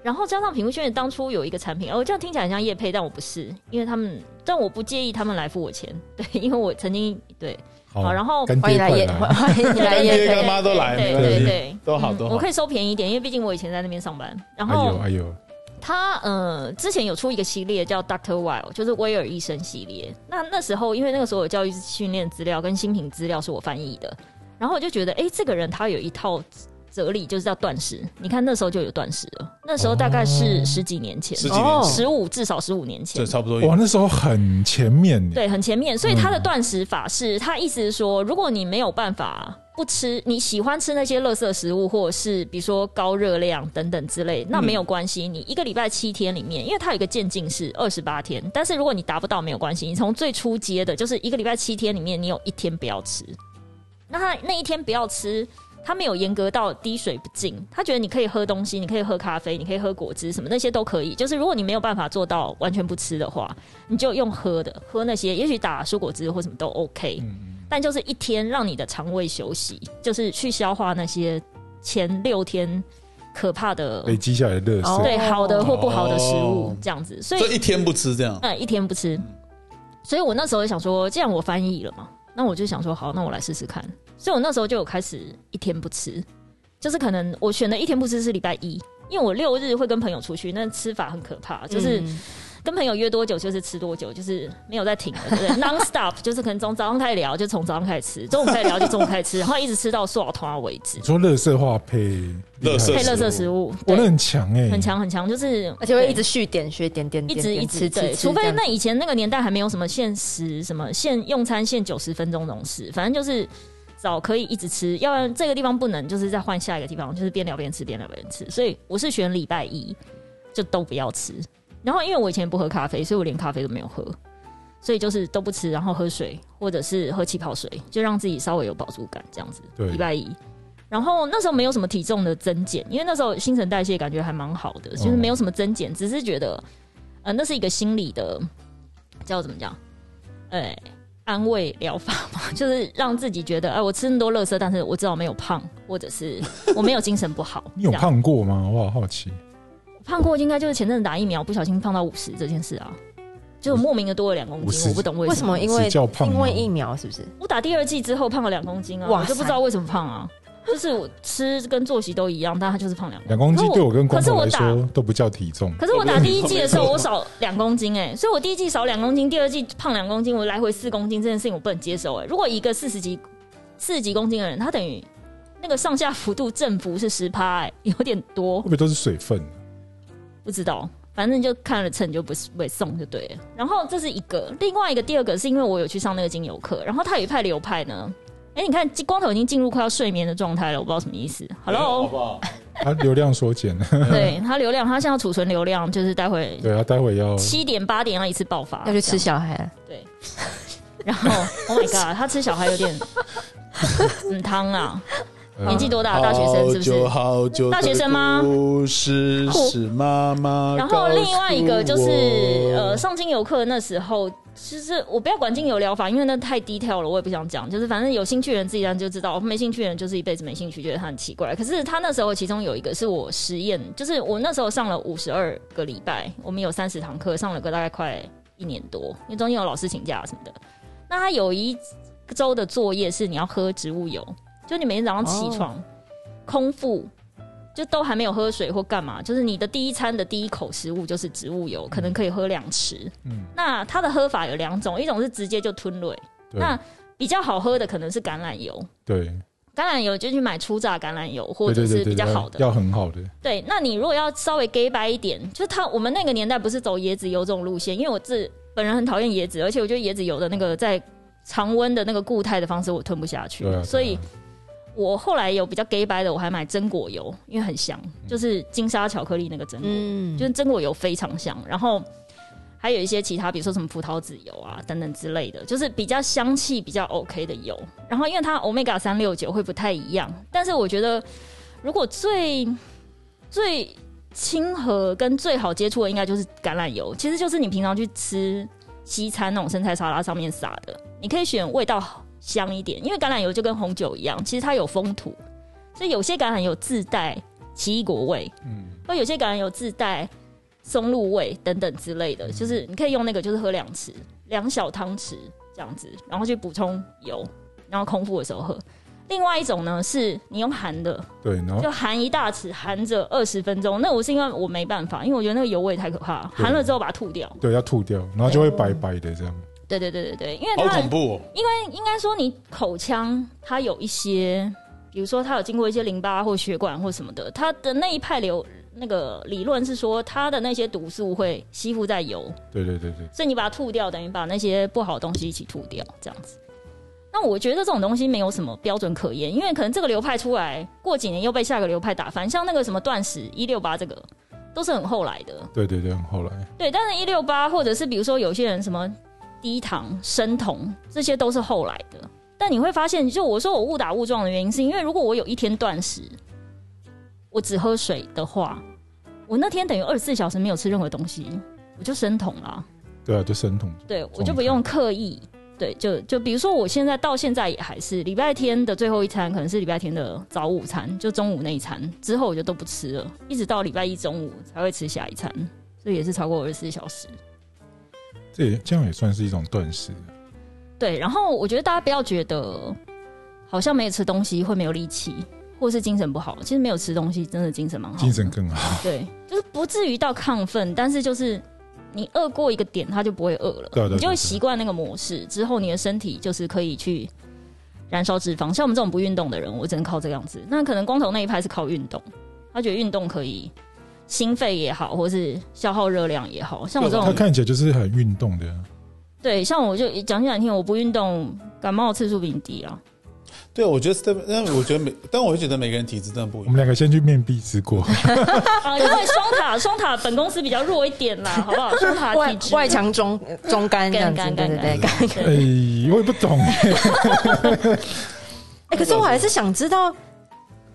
Speaker 2: 然后加上屏幕宣言当初有一个产品，哦，这样听起来很像叶配，但我不是，因为他们，但我不介意他们来付我钱， 对，因为我曾经对，
Speaker 4: 哦
Speaker 2: 好然后
Speaker 1: 干
Speaker 3: 欢
Speaker 1: 爹
Speaker 3: 迎来
Speaker 1: 快
Speaker 3: 夜，
Speaker 1: 来，
Speaker 3: 欢迎来
Speaker 4: 干爹
Speaker 3: 夜
Speaker 4: 干
Speaker 3: 配。
Speaker 4: 妈都来
Speaker 2: 对
Speaker 4: 没
Speaker 1: 问
Speaker 2: 对
Speaker 1: 题
Speaker 2: 对，
Speaker 4: 都好
Speaker 2: 嗯
Speaker 4: 都好
Speaker 2: 我可以收便宜一点，因为毕竟我以前在那边上班，然
Speaker 1: 哎
Speaker 2: 后
Speaker 1: 呦哎呦，
Speaker 2: 他呃之前有出一个系列叫 Doctor Weil，就是威尔医生系列。那那时候因为那个时候有教育训练资料跟新品资料是我翻译的，然后我就觉得诶，这个人他有一套哲理，就是叫断食。你看那时候就有断食了，那时候大概是十几年前，哦
Speaker 4: 十几
Speaker 3: 哦
Speaker 4: 年前
Speaker 2: 十五、至少十五年前
Speaker 4: 这。差不多
Speaker 1: 哇，
Speaker 4: 有。
Speaker 1: 那时候很前面耶，
Speaker 2: 对，很前面，所以他的断食法是，他意思是说，如果你没有办法不吃你喜欢吃那些垃圾食物，或者是比如说高热量等等之类，那没有关系。你一个礼拜七天里面，因为它有一个渐进式二十八天，但是如果你达不到没有关系，你从最初阶的，就是一个礼拜七天里面，你有一天不要吃。那他那一天不要吃，他没有严格到滴水不进，他觉得你可以喝东西，你可以喝咖啡，你可以喝果汁，什么那些都可以。就是如果你没有办法做到完全不吃的话，你就用喝的，喝那些，也许打蔬果汁或什么都 OK，、但就是一天让你的肠胃休息，就是去消化那些前六天可怕的
Speaker 1: 累积下来的垃圾。
Speaker 3: 哦
Speaker 2: 对好的或不好的食
Speaker 4: 哦
Speaker 2: 物这样子，所以
Speaker 4: 所以一天不吃这样。
Speaker 2: 嗯，一天不吃。所以我那时候想说，既然我翻译了嘛，那我就想说，好，那我来试试看。所以我那时候就有开始一天不吃，就是可能我选的一天不吃是礼拜一，因为我六日会跟朋友出去，那吃法很可怕，
Speaker 3: 嗯
Speaker 2: 就是跟朋友约多久就是吃多久，就是没有在停的，对不对 ？Non stop，就是可能从早上开始聊，就从早上开始吃，中午开始聊就中午开始吃，然后一直吃到刷团为止
Speaker 1: 你，说垃圾话配
Speaker 4: 垃圾
Speaker 2: 配
Speaker 1: 厉害
Speaker 2: 垃圾食物，
Speaker 1: 哇，那
Speaker 2: 对，
Speaker 1: 很强哎，
Speaker 2: 很。强很强，就是
Speaker 3: 而且会
Speaker 2: 对
Speaker 3: 一直续点续点点
Speaker 2: 一
Speaker 3: 点
Speaker 2: 直
Speaker 3: 点
Speaker 2: 一直
Speaker 3: 吃
Speaker 2: 对，
Speaker 3: 吃吃，
Speaker 2: 除
Speaker 3: 这
Speaker 2: 非
Speaker 3: 样
Speaker 2: 那以前那个年代还没有什么限时，什么限用餐限九十分钟那种事，反正就是早可以一直吃，要不然这个地方不能，就是再换下一个地方，就是边聊边吃，边聊边吃。所以我是选礼拜一就都不要吃，然后因为我以前不喝咖啡，所以我连咖啡都没有喝，所以就是都不吃，然后喝水或者是喝气泡水，就让自己稍微有饱足感这样子。
Speaker 1: 对
Speaker 2: 礼拜一。然后那时候没有什么体重的增减，因为那时候新陈代谢感觉还蛮好的，就是没有什么增减，只是觉得呃，那是一个心理的叫怎么讲？哎、安慰疗法嘛， 就是让自己觉得，哎、我吃那么多垃圾，但是我至少没有胖，或者是我没有精神不好。
Speaker 1: 你有
Speaker 2: 这样？
Speaker 1: 胖过吗？我好好奇。
Speaker 2: 胖过应该就是前阵子打疫苗不小心胖到五十这件事啊，就莫名的多了两公斤，
Speaker 1: 50
Speaker 2: 我不懂为
Speaker 3: 为
Speaker 2: 什
Speaker 3: 什
Speaker 2: 么。
Speaker 3: 么？因为
Speaker 1: 是叫胖吗
Speaker 3: 因为疫苗是不是？
Speaker 2: 我打第二剂之后胖了两公斤啊，
Speaker 3: 哇
Speaker 2: 我就不知道为什么胖啊。就是我吃跟作息都一样，但它就是胖两公
Speaker 1: 两
Speaker 2: 斤。
Speaker 1: 公斤
Speaker 2: 可
Speaker 1: 对我跟光
Speaker 2: 哦可是
Speaker 1: 头
Speaker 2: 我
Speaker 1: 来
Speaker 2: 打
Speaker 1: 说都不叫体重，
Speaker 2: 可是我打第一季的时候， 我少两公斤哎、所以我第一季少两公斤，第二季胖两公斤，我来回四公斤这件事情我不能接受哎、如果一个四十几四十几公斤的人，他等于那个上下幅度振幅是十趴哎，有点多
Speaker 1: 会，不会都是水分？
Speaker 2: 不知道。反正就看了秤就不是不会送就对了。然后这是一个，另外一个第二个是因为我有去上那个精油课，然后他有一派流派呢。哎、你看光头已经进入快要睡眠的状态了，我不知道什么意思。
Speaker 4: 好
Speaker 2: Hello，
Speaker 4: 不好？
Speaker 1: 它啊流量缩减，
Speaker 2: 对他流量，他现在储存流量就是待会
Speaker 1: 对啊，待会要
Speaker 2: 七点八点要一次爆发，
Speaker 3: 要去
Speaker 2: 这样
Speaker 3: 吃小孩啊了，
Speaker 2: 对，然后 Oh my God，他吃小孩有点嗯汤 啊，
Speaker 1: 呃
Speaker 2: 年纪多大？大学生是不
Speaker 4: 好久
Speaker 2: 是？
Speaker 4: 好久的
Speaker 2: 大学生吗
Speaker 4: 故事是妈妈。
Speaker 2: 然后另外一个就是
Speaker 4: 哦
Speaker 2: 呃，，上精油课那时候，其实呃我不要管精油疗法，因为那太 detail 了，我也不想讲。就是反正有兴趣的人自己当然就知道，哦没兴趣的人就是一辈子没兴趣，觉得他很奇怪。可是他那时候其中有一个是我实验，就是我那时候上了五十二个礼拜，我们有三十堂课，上了个大概快一年多，因为中间有老师请假什么的。那他有一周的作业是你要喝植物油，就你每天早上起床、
Speaker 1: 哦
Speaker 2: 空腹，就都还没有喝水或干嘛，就是你的第一餐的第一口食物就是植物油，可能可以喝两匙。
Speaker 1: 嗯
Speaker 2: 那它的喝法有两种，一种是直接就吞蕊，
Speaker 1: 对
Speaker 2: 那比较好喝的可能是橄榄油。
Speaker 1: 对
Speaker 2: 橄榄油就去买初榨橄榄油，或
Speaker 1: 对
Speaker 2: 者
Speaker 1: 对
Speaker 2: 是
Speaker 1: 对
Speaker 2: 比
Speaker 1: 对，
Speaker 2: 较好
Speaker 1: 要
Speaker 2: 的。
Speaker 1: 要很好的，
Speaker 2: 对，那你如果要稍微 gay 白一点，就是他我们那个年代不是走椰子油这种路线，因为我自本人很讨厌椰子，而且我觉得椰子油的那个在常温的那个固态的方式我吞不下去，
Speaker 1: 对啊对啊
Speaker 2: 所以我后来有比较 gay 白的，我还买榛果油，因为很香，就是金沙巧克力那个榛果，
Speaker 3: 嗯，
Speaker 2: 就是榛果油非常香，然后还有一些其他，比如说什么葡萄籽油啊等等之类的，就是比较香气比较 OK 的油。然后因为它 omega 三六九会不太一样，但是我觉得如果最最亲和跟最好接触的应该就是橄榄油，其实就是你平常去吃西餐那种生菜沙拉上面撒的，你可以选味道香一点，因为橄榄油就跟红酒一样，其实它有风土，所以有些橄榄油自带奇异果味，
Speaker 1: 嗯，
Speaker 2: 或有些橄榄油自带松露味等等之类的，就是你可以用那个，就是喝两匙，两小汤匙这样子，然后去补充油，然后空腹的时候喝。另外一种呢，是你用含的，
Speaker 1: 对，然
Speaker 4: 哦
Speaker 1: 后
Speaker 2: 就含一大匙，含着二十分钟。那我是因为我没办法，因为我觉得那个油味太可怕，
Speaker 1: 对
Speaker 2: 含了之后把它吐掉。
Speaker 1: 对要吐掉，然后就会白白的这样，
Speaker 2: 对对对对对，因为
Speaker 4: 好
Speaker 2: 它
Speaker 4: 恐怖哦！
Speaker 2: 应该说你口腔它有一些，比如说它有经过一些淋巴或血管或什么的，它的那一派流那个理论是说，它的那些毒素会吸附在油，
Speaker 1: 对对对对，
Speaker 2: 所以你把它吐掉，等于把那些不好的东西一起吐掉，这样子。那那我觉得这种东西没有什么标准可言，因为可能这个流派出来，过几年又被下个流派打翻。像那个什么断食一六八这个，都是很后来的。
Speaker 1: 对对对，很后来
Speaker 2: 对，但是一六八或者是比如说有些人什么低糖、生酮，这些都是后来的。但你会发现，就我说我误打误撞的原因，是因为如果我有一天断食，我只喝水的话，我那天等于二十四小时没有吃任何东西，我就生酮啦。
Speaker 1: 对啊，就生酮。
Speaker 2: 对我就不用刻意。对，就就比如说，我现在到现在也还是礼拜天的最后一餐，可能是礼拜天的早午餐，就中午那一餐之后我就都不吃了，一直到礼拜一中午才会吃下一餐，所以也是超过二十四小时。
Speaker 1: 这也这样也算是一种断食。
Speaker 2: 对，然后我觉得大家不要觉得好像没有吃东西会没有力气，或是精神不好。其实没有吃东西真的精神蛮好的，
Speaker 1: 精神更好。
Speaker 2: 对，就是不至于到亢奋，但是就是你饿过一个点，它就不会饿了，
Speaker 1: 对对对
Speaker 2: 你就会习惯那个模式，之后你的身体就是可以去燃烧脂肪。像我们这种不运动的人，我只能靠这样子。那可能光头那一派是靠运动，他觉得运动可以心肺也好，或是消耗热量也好。像我这
Speaker 4: 对
Speaker 1: 他
Speaker 2: 种
Speaker 1: 看起来就是很运动的，
Speaker 2: 对，像我就讲讲听，我不运动，感冒次数比你低啊。
Speaker 4: 对，我觉得 Step，但我觉得每，但我就觉得每个人体质真的不
Speaker 1: 我
Speaker 4: 一
Speaker 1: 们
Speaker 4: 样。
Speaker 1: 两个先去面壁思 过，哎
Speaker 2: 啊，因为双塔双塔本公司比较弱一点啦，好不好？双塔
Speaker 3: 外
Speaker 2: 体质
Speaker 3: 外强 中中干这样子，
Speaker 2: 干
Speaker 3: 对
Speaker 2: 干
Speaker 3: 对
Speaker 2: 干
Speaker 3: 对。干
Speaker 1: 哎、我也不懂、
Speaker 3: 哎、可是我还是想知道，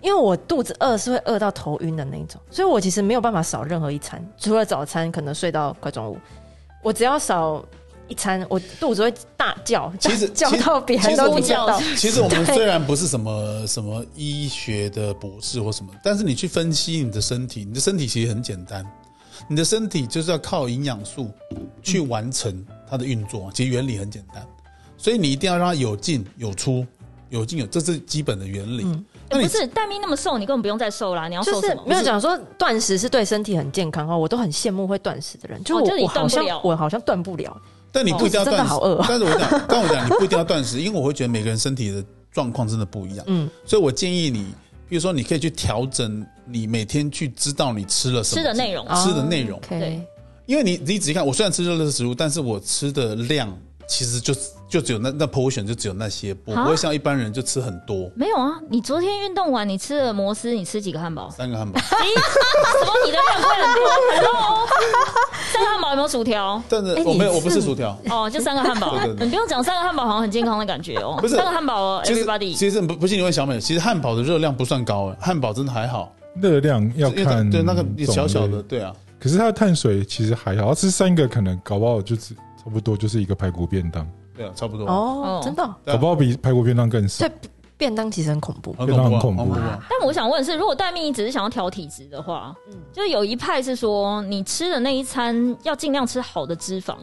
Speaker 3: 因为我肚子饿是会饿到头晕的那一种，所以我其实没有办法少任何一餐，除了早餐可能睡到快中午，我只要少一餐，我肚子会大叫，
Speaker 4: 其实
Speaker 3: 叫
Speaker 4: 其实
Speaker 3: 到别人
Speaker 4: 其实
Speaker 3: 都
Speaker 4: 我
Speaker 3: 听得到。
Speaker 4: 其实我们
Speaker 3: 对
Speaker 4: 虽然不是什么什么医学的博士或什么，但是你去分析你的身体，你的身体其实很简单，你的身体就是要靠营养素去完成它的运作，其实原理很简单，所以你一定要让它有进有出，有进有，这是基本的原理。
Speaker 3: 嗯
Speaker 4: 那你
Speaker 2: 不是戴咪那么瘦，你根本不用再瘦啦，你要
Speaker 3: 就
Speaker 2: 瘦什
Speaker 3: 是
Speaker 2: 么？
Speaker 3: 没有讲说断食是对身体很健康哦，我都很羡慕会断食的人，就
Speaker 2: 哦
Speaker 3: 我、
Speaker 2: 就是你
Speaker 3: 我好
Speaker 2: 断不
Speaker 3: 像
Speaker 2: 了
Speaker 3: 我好像断不了，
Speaker 4: 但你不一定要断食，
Speaker 3: 哦真的好饿哦
Speaker 4: 但是我讲，但我讲，你不一定要断食，因为我会觉得每个人身体的状况真的不一样。
Speaker 3: 嗯，
Speaker 4: 所以我建议你，比如说你可以去调整你每天去知道你吃了什么
Speaker 2: 吃的内容
Speaker 4: 吃的内容
Speaker 3: 哦。，OK
Speaker 2: 对
Speaker 4: 因为你你仔细看，我虽然吃热热食物，但是我吃的量其实就就只有那那 portion 就只有那些，我
Speaker 2: 啊
Speaker 4: 不会像一般人就吃很多。？
Speaker 2: 没有啊，你昨天运动完，你吃了摩斯，你吃几个汉堡
Speaker 4: 三个汉堡，
Speaker 2: 什么？你的量会很多很多 哦。三个汉堡有没有薯条？
Speaker 4: 但是
Speaker 3: 哎
Speaker 4: 我没有，
Speaker 3: 你
Speaker 4: 我不吃
Speaker 3: 是
Speaker 4: 薯条。
Speaker 2: 哦，就三个汉堡
Speaker 4: 对对，对
Speaker 2: 你不用讲三个汉堡好像很健康的感觉哦。
Speaker 4: 不是
Speaker 2: 三个汉堡哦
Speaker 4: 其实
Speaker 2: ，everybody。
Speaker 4: 其实不不信你问小美，其实汉堡的热量不算高，哎汉堡真的还好，
Speaker 1: 热量要
Speaker 4: 因为它
Speaker 1: 看
Speaker 4: 对那个小小
Speaker 1: 种
Speaker 4: 的，
Speaker 1: 类，
Speaker 4: 对啊，
Speaker 1: 可是它的碳水其实还好，它吃三个可能搞不好就只差不多就是一个排骨便当，
Speaker 4: 对啊，差不多。
Speaker 3: 哦
Speaker 2: 哦，
Speaker 3: 真的哦、
Speaker 4: 对啊
Speaker 1: 搞不好比排骨便当更少
Speaker 3: 所以。便当其实很恐怖，
Speaker 4: 很恐怖啊，
Speaker 1: 非常恐怖
Speaker 4: 很啊
Speaker 2: 但我想问的是，如果戴咪只是想要调体质的话，
Speaker 4: 嗯
Speaker 2: 就是有一派是说，你吃的那一餐要尽量吃好的脂肪，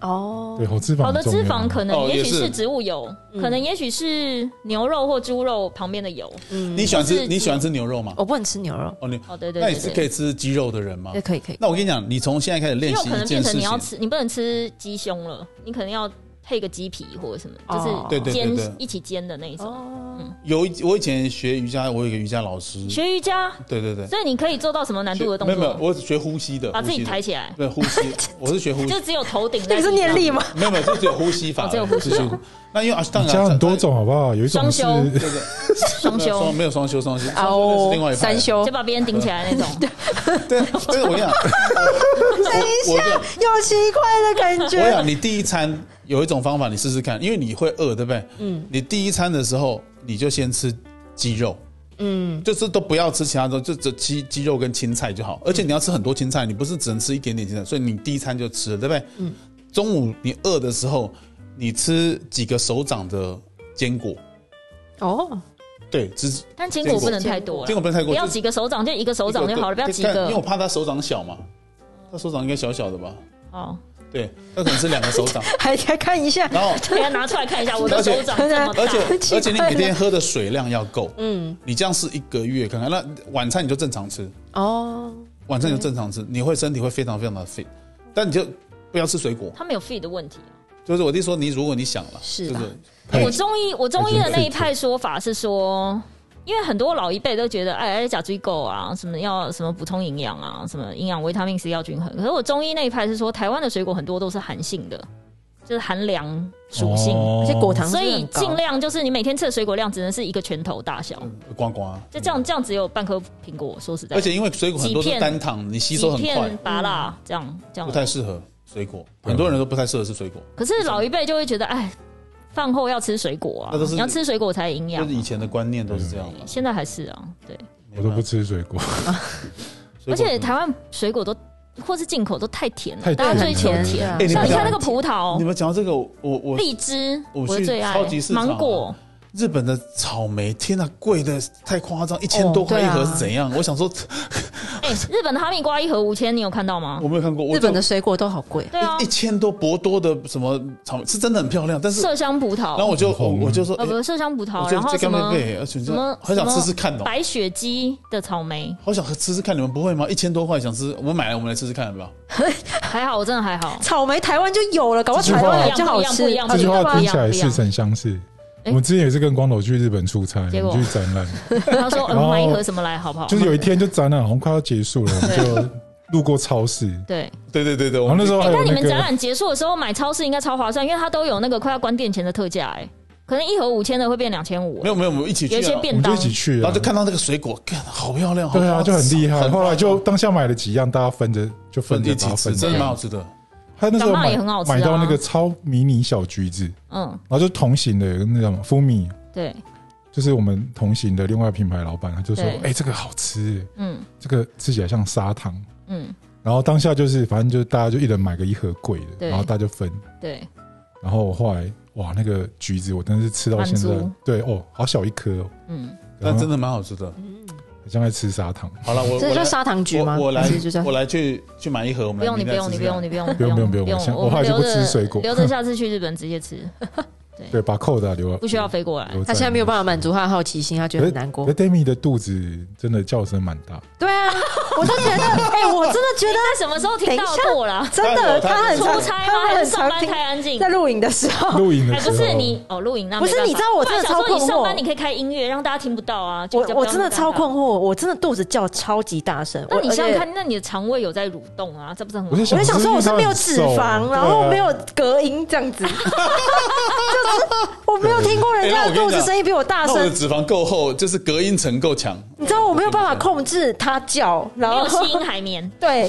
Speaker 3: 哦
Speaker 1: 对，，好脂肪
Speaker 2: 好的
Speaker 1: 很重要
Speaker 2: 脂肪可
Speaker 4: 哦
Speaker 2: 能也
Speaker 4: 也
Speaker 2: 许
Speaker 4: 是
Speaker 2: 是植物油，
Speaker 3: 嗯
Speaker 2: 可能也许是牛肉或猪肉旁边的油。
Speaker 3: 嗯
Speaker 4: 你喜欢
Speaker 2: 就是
Speaker 4: 吃你喜欢吃牛肉吗？
Speaker 3: 我不能吃牛肉，
Speaker 4: 哦，你
Speaker 2: 哦，对对
Speaker 4: 那
Speaker 2: 对
Speaker 4: 你是可
Speaker 2: 对。
Speaker 4: 以吃鸡肉的人吗
Speaker 3: 对，？可以可以。
Speaker 4: 那我跟你讲，你从现在开始
Speaker 2: 因
Speaker 4: 练
Speaker 2: 为
Speaker 4: 习
Speaker 2: 可
Speaker 4: 一
Speaker 2: 能变
Speaker 4: 件事
Speaker 2: 成你要
Speaker 4: 情，
Speaker 2: 吃，你不能吃鸡胸了，你可能要配个鸡皮或者什么，
Speaker 3: 哦
Speaker 2: 就
Speaker 4: 对
Speaker 2: 是
Speaker 4: 对
Speaker 2: 煎
Speaker 4: 对对
Speaker 2: 一起煎的那一种。
Speaker 3: 哦，
Speaker 4: 有一我以前学瑜伽，我有一个瑜伽老师，
Speaker 2: 学瑜伽，
Speaker 4: 对对对，
Speaker 2: 所以你可以做到什么难
Speaker 4: 学
Speaker 2: 度的动
Speaker 4: 没
Speaker 2: 作？
Speaker 4: 有没有，我只学呼吸的，
Speaker 2: 把自
Speaker 4: 呼吸
Speaker 2: 己
Speaker 4: 的
Speaker 2: 抬起来，
Speaker 4: 对呼 吸，我是学呼吸
Speaker 2: 就，只有头顶。
Speaker 3: 那你是念力？吗？
Speaker 4: 没有没有，就只有呼吸法而已，
Speaker 2: 哦只有呼吸
Speaker 4: 就是那因为阿当然
Speaker 1: 加很多，种好不好？有一种是
Speaker 2: 双
Speaker 4: 对对，
Speaker 2: 双哦
Speaker 4: 没有
Speaker 2: 修
Speaker 4: 双没有双修双修，双修那是另外一派
Speaker 3: 哦三，修
Speaker 2: 就把别人顶起来那 种。
Speaker 4: 对，但是我跟 你讲，我我我讲。
Speaker 3: 有奇怪的感
Speaker 2: 啊
Speaker 4: 我想你第一餐有一种方法，你试试看，因为你会饿，对不对？嗯，你第一餐的时候你就先吃鸡肉，嗯，就是都不要吃其他东西，就只鸡鸡肉跟青菜
Speaker 2: 嗯
Speaker 4: 就好。而且你要吃很多青菜，你不是只能吃一点点青菜，所以你第一餐就吃了，对不对？嗯，中午你饿的时候，你吃几个手掌的坚果，
Speaker 3: 哦，
Speaker 4: 对，只坚
Speaker 2: 但坚果不能太多了，
Speaker 4: 果不能太
Speaker 2: 不
Speaker 4: 过，
Speaker 2: 要
Speaker 4: 就
Speaker 2: 几个手掌，就一个手掌就好了，不要几
Speaker 4: 看因为我
Speaker 2: 个。
Speaker 4: 怕他手掌小嘛，他手掌应该小小的吧？
Speaker 2: 哦，
Speaker 4: 对，他可能是两个手掌，
Speaker 3: 还还看一下，
Speaker 4: 然后。
Speaker 2: 给它啊拿出来看一下，我的手掌这么大
Speaker 4: 而。且而且
Speaker 3: 奇
Speaker 4: 你
Speaker 3: 怪
Speaker 4: 每
Speaker 3: 了
Speaker 4: 天喝的水量要够，
Speaker 3: 嗯，
Speaker 4: 你这样是一个月看看。那晚餐你就正常吃，
Speaker 3: 哦，
Speaker 4: 晚餐你就正常吃，你会身体会非常非常的 fit，但你就不要吃水果。
Speaker 2: 它没有 feed 的问题啊。
Speaker 4: 就是我弟说你，如果你想了，
Speaker 3: 是
Speaker 4: 就
Speaker 3: 啦
Speaker 4: 是
Speaker 1: 太
Speaker 2: 我中医我中医的那一派说法是说，因为很多老一辈都觉得，哎，哎甲追够啊，什么要什么补充营养啊，什么营养维他命 C 要均衡。可是我中医那一派是说，台湾的水果很多都是寒性的，就是寒凉属性，
Speaker 1: 哦
Speaker 3: 而且果糖是
Speaker 2: 所
Speaker 3: 不是很
Speaker 2: 以
Speaker 3: 高
Speaker 2: 尽量就是你每天吃的水果量只能是一个拳头大小，
Speaker 4: 呱呱。
Speaker 2: 就这样这样只有半颗苹果。说实在，
Speaker 4: 嗯而且因为水果很多
Speaker 2: 几
Speaker 4: 是
Speaker 2: 片
Speaker 4: 单糖，你吸
Speaker 2: 几
Speaker 4: 收很快嗯
Speaker 2: 片，拔啦，这样这
Speaker 4: 不
Speaker 2: 样。
Speaker 4: 太适合水果。很多人都不太适合吃水果，
Speaker 2: 可是老一辈就会觉得，哎，饭后要吃水果啊，
Speaker 4: 那都是
Speaker 2: 你要吃水果才营
Speaker 3: 嗯
Speaker 4: 就
Speaker 2: 养
Speaker 4: 是。以前的观念都是这样嘛。
Speaker 2: 现在还是啊，对，
Speaker 1: 嗯我都不吃水果，
Speaker 4: 水
Speaker 2: 而
Speaker 4: 果嗯
Speaker 2: 且台湾水果都或是进口都太甜了，
Speaker 1: 太
Speaker 2: 大家追求
Speaker 1: 甜了
Speaker 2: 甜。
Speaker 3: 啊
Speaker 4: 哎你
Speaker 2: 像
Speaker 4: 们
Speaker 2: 你看那个
Speaker 4: 讲
Speaker 2: 葡
Speaker 4: 你
Speaker 2: 萄、
Speaker 4: 们讲到这个，我我
Speaker 3: 哎
Speaker 2: 荔枝，
Speaker 4: 我
Speaker 2: 我
Speaker 4: 去
Speaker 2: 的最爱
Speaker 4: 超级市场啊
Speaker 2: 芒果，
Speaker 4: 日本的草莓，天呐，贵的太夸张，一千多块一
Speaker 3: 哦啊
Speaker 4: 盒是怎样？我想说，
Speaker 2: 哎，日本的哈密瓜一盒五千，你有看到吗
Speaker 4: 我？没有看过，我
Speaker 3: 日本的
Speaker 4: 就
Speaker 3: 水果都好贵，
Speaker 2: 对啊
Speaker 4: 一，千多博多的什么草莓是真的很漂亮，但是
Speaker 2: 麝香葡
Speaker 4: 然后
Speaker 2: 萄，
Speaker 4: 我就我
Speaker 1: 红
Speaker 4: 我就说，
Speaker 2: 呃，
Speaker 4: 哎
Speaker 2: 不，麝香葡萄，
Speaker 4: 我
Speaker 2: 然
Speaker 4: 就
Speaker 2: 后
Speaker 4: 这
Speaker 2: 什
Speaker 4: 干妹
Speaker 2: 么
Speaker 4: 妹，而且
Speaker 2: 什
Speaker 4: 就
Speaker 2: 么
Speaker 4: 很想吃吃看哦，
Speaker 2: 白雪鸡的草莓，
Speaker 4: 好想吃吃看，你们不会吗？一千多块想吃，我们买来我们来吃吃看，有没有？
Speaker 2: 还好，我真的还 好。
Speaker 3: 草莓台湾就有了，搞不好
Speaker 1: 这句话
Speaker 3: 台湾比较好
Speaker 2: 不一
Speaker 3: 吃。
Speaker 2: 样不
Speaker 1: 这
Speaker 2: 一
Speaker 1: 句
Speaker 2: 样
Speaker 1: 话
Speaker 2: 不
Speaker 1: 听
Speaker 2: 一
Speaker 1: 起
Speaker 2: 样
Speaker 1: 来
Speaker 2: 不一样
Speaker 1: 似曾相识。
Speaker 2: 哎
Speaker 1: 我们之前也是跟光头去日本出差，
Speaker 2: 结果
Speaker 1: 我们去展 览，
Speaker 2: 他说：“呃
Speaker 1: 然后
Speaker 2: 我买一盒什么来，好不好？”
Speaker 1: 就是有一天就展览好像快要结束了，我们就路过超市，
Speaker 2: 对，
Speaker 4: 对对对对，我
Speaker 1: 然后那时候
Speaker 2: 哎、
Speaker 1: 还有
Speaker 2: 但你
Speaker 1: 那
Speaker 2: 们展
Speaker 1: 个
Speaker 2: 览结束的时候买超市应该超划算，因为它都有那个快要关店前的特价，哎，可能一盒五千的会变两千五
Speaker 4: 没，有没有，我们一起去
Speaker 2: 有一些
Speaker 4: 啊
Speaker 1: 我
Speaker 2: 便
Speaker 1: 们就
Speaker 2: 当
Speaker 1: 一，起去啊，
Speaker 4: 然后就看到那个水果，看好漂亮，好
Speaker 1: 对啊，就很厉害。
Speaker 4: 很
Speaker 1: 后来就当下买了几样，大家分着就分
Speaker 4: 分
Speaker 1: 着
Speaker 4: 一起
Speaker 1: 把它
Speaker 4: 吃，
Speaker 1: 分
Speaker 4: 真的蛮
Speaker 1: 着。
Speaker 4: 好吃的。
Speaker 1: 他那时候
Speaker 2: 长大
Speaker 1: 买
Speaker 2: 也很好吃啊
Speaker 1: 买到那个超迷你小橘子，
Speaker 2: 嗯，
Speaker 1: 然后就同行的那个叫什么福米，
Speaker 2: 对，
Speaker 1: 就是我们同行的另外品牌老板，他就说
Speaker 2: 对：“
Speaker 1: 哎，这个好吃，
Speaker 2: 嗯
Speaker 1: 这个吃起来像砂糖。”
Speaker 2: 嗯，
Speaker 1: 然后当下就是，反正就大家就一人买个一盒贵的，
Speaker 2: 对
Speaker 1: 然后大家就分。
Speaker 2: 对，
Speaker 1: 然后我后来哇，那个橘子我真的是吃到现在
Speaker 2: 满足，
Speaker 1: 对哦，好小一颗、哦，
Speaker 2: 嗯，
Speaker 4: 但真
Speaker 1: 的
Speaker 4: 的蛮好吃的。
Speaker 1: 很像在吃砂糖。
Speaker 4: 好了，我
Speaker 3: 这
Speaker 4: 我
Speaker 3: 叫
Speaker 4: 来
Speaker 3: 砂糖橘吗？
Speaker 4: 我我来
Speaker 3: 其实就叫
Speaker 4: 我来去去买一盒，我们
Speaker 2: 不用你不
Speaker 4: 来
Speaker 2: 用
Speaker 4: 明
Speaker 2: 你
Speaker 4: 天
Speaker 2: 不
Speaker 4: 来
Speaker 2: 用你
Speaker 4: 吃吃看
Speaker 2: 不用
Speaker 1: 不用不用不用我现在我还是
Speaker 2: 留
Speaker 1: 不吃
Speaker 2: 着
Speaker 1: 水果
Speaker 2: 留着下次去日本直接吃，
Speaker 1: 对，把扣的啊留，
Speaker 2: 不需要 飞过来。
Speaker 1: 留
Speaker 3: 他现在没有办
Speaker 1: 法。
Speaker 3: 法满足他的好奇心，他觉得很难过
Speaker 1: 可。是 Demi 的肚子真的叫声蛮大，
Speaker 3: 对啊， 我就觉得，哎、我真的觉得
Speaker 2: 那什么时候听到 过啦？
Speaker 3: 真的，
Speaker 4: 他有
Speaker 3: 他很
Speaker 2: 出
Speaker 3: 常
Speaker 2: 差吗？
Speaker 3: 他
Speaker 2: 还
Speaker 3: 很
Speaker 2: 是上
Speaker 3: 常
Speaker 2: 班
Speaker 3: 听
Speaker 2: 太安静
Speaker 3: 在？录影的时候，
Speaker 1: 录影的
Speaker 2: 哎，
Speaker 1: 时
Speaker 2: 不
Speaker 1: 候
Speaker 2: 是你哦，录影那没
Speaker 3: 不是
Speaker 2: 办法
Speaker 3: 你知道我真的
Speaker 2: 想说
Speaker 3: 超困惑
Speaker 2: 你上班你可以开音乐让大家听不到啊，就
Speaker 3: 我
Speaker 2: 比较不
Speaker 3: 我
Speaker 2: 会
Speaker 3: 真的超
Speaker 2: 那
Speaker 3: 困
Speaker 2: 么尴尬。
Speaker 3: 惑，我真的肚子叫超级大声。
Speaker 2: 那
Speaker 3: 我呃
Speaker 2: 你想想，
Speaker 3: 而
Speaker 2: 看，那你的肠胃有在蠕动啊，这不是很好
Speaker 1: 我就
Speaker 3: 且我在想说我是没有脂肪，然后
Speaker 1: 对
Speaker 3: 没，有隔音这样子，就是我没有听过人家的肚子声音比我大
Speaker 4: 那我的
Speaker 3: 声，
Speaker 4: 脂肪够厚，就是隔音层够强。
Speaker 3: 你知道我没有办法控制他叫，然
Speaker 2: 没有
Speaker 3: 后
Speaker 2: 吸音海 绵？
Speaker 3: 对，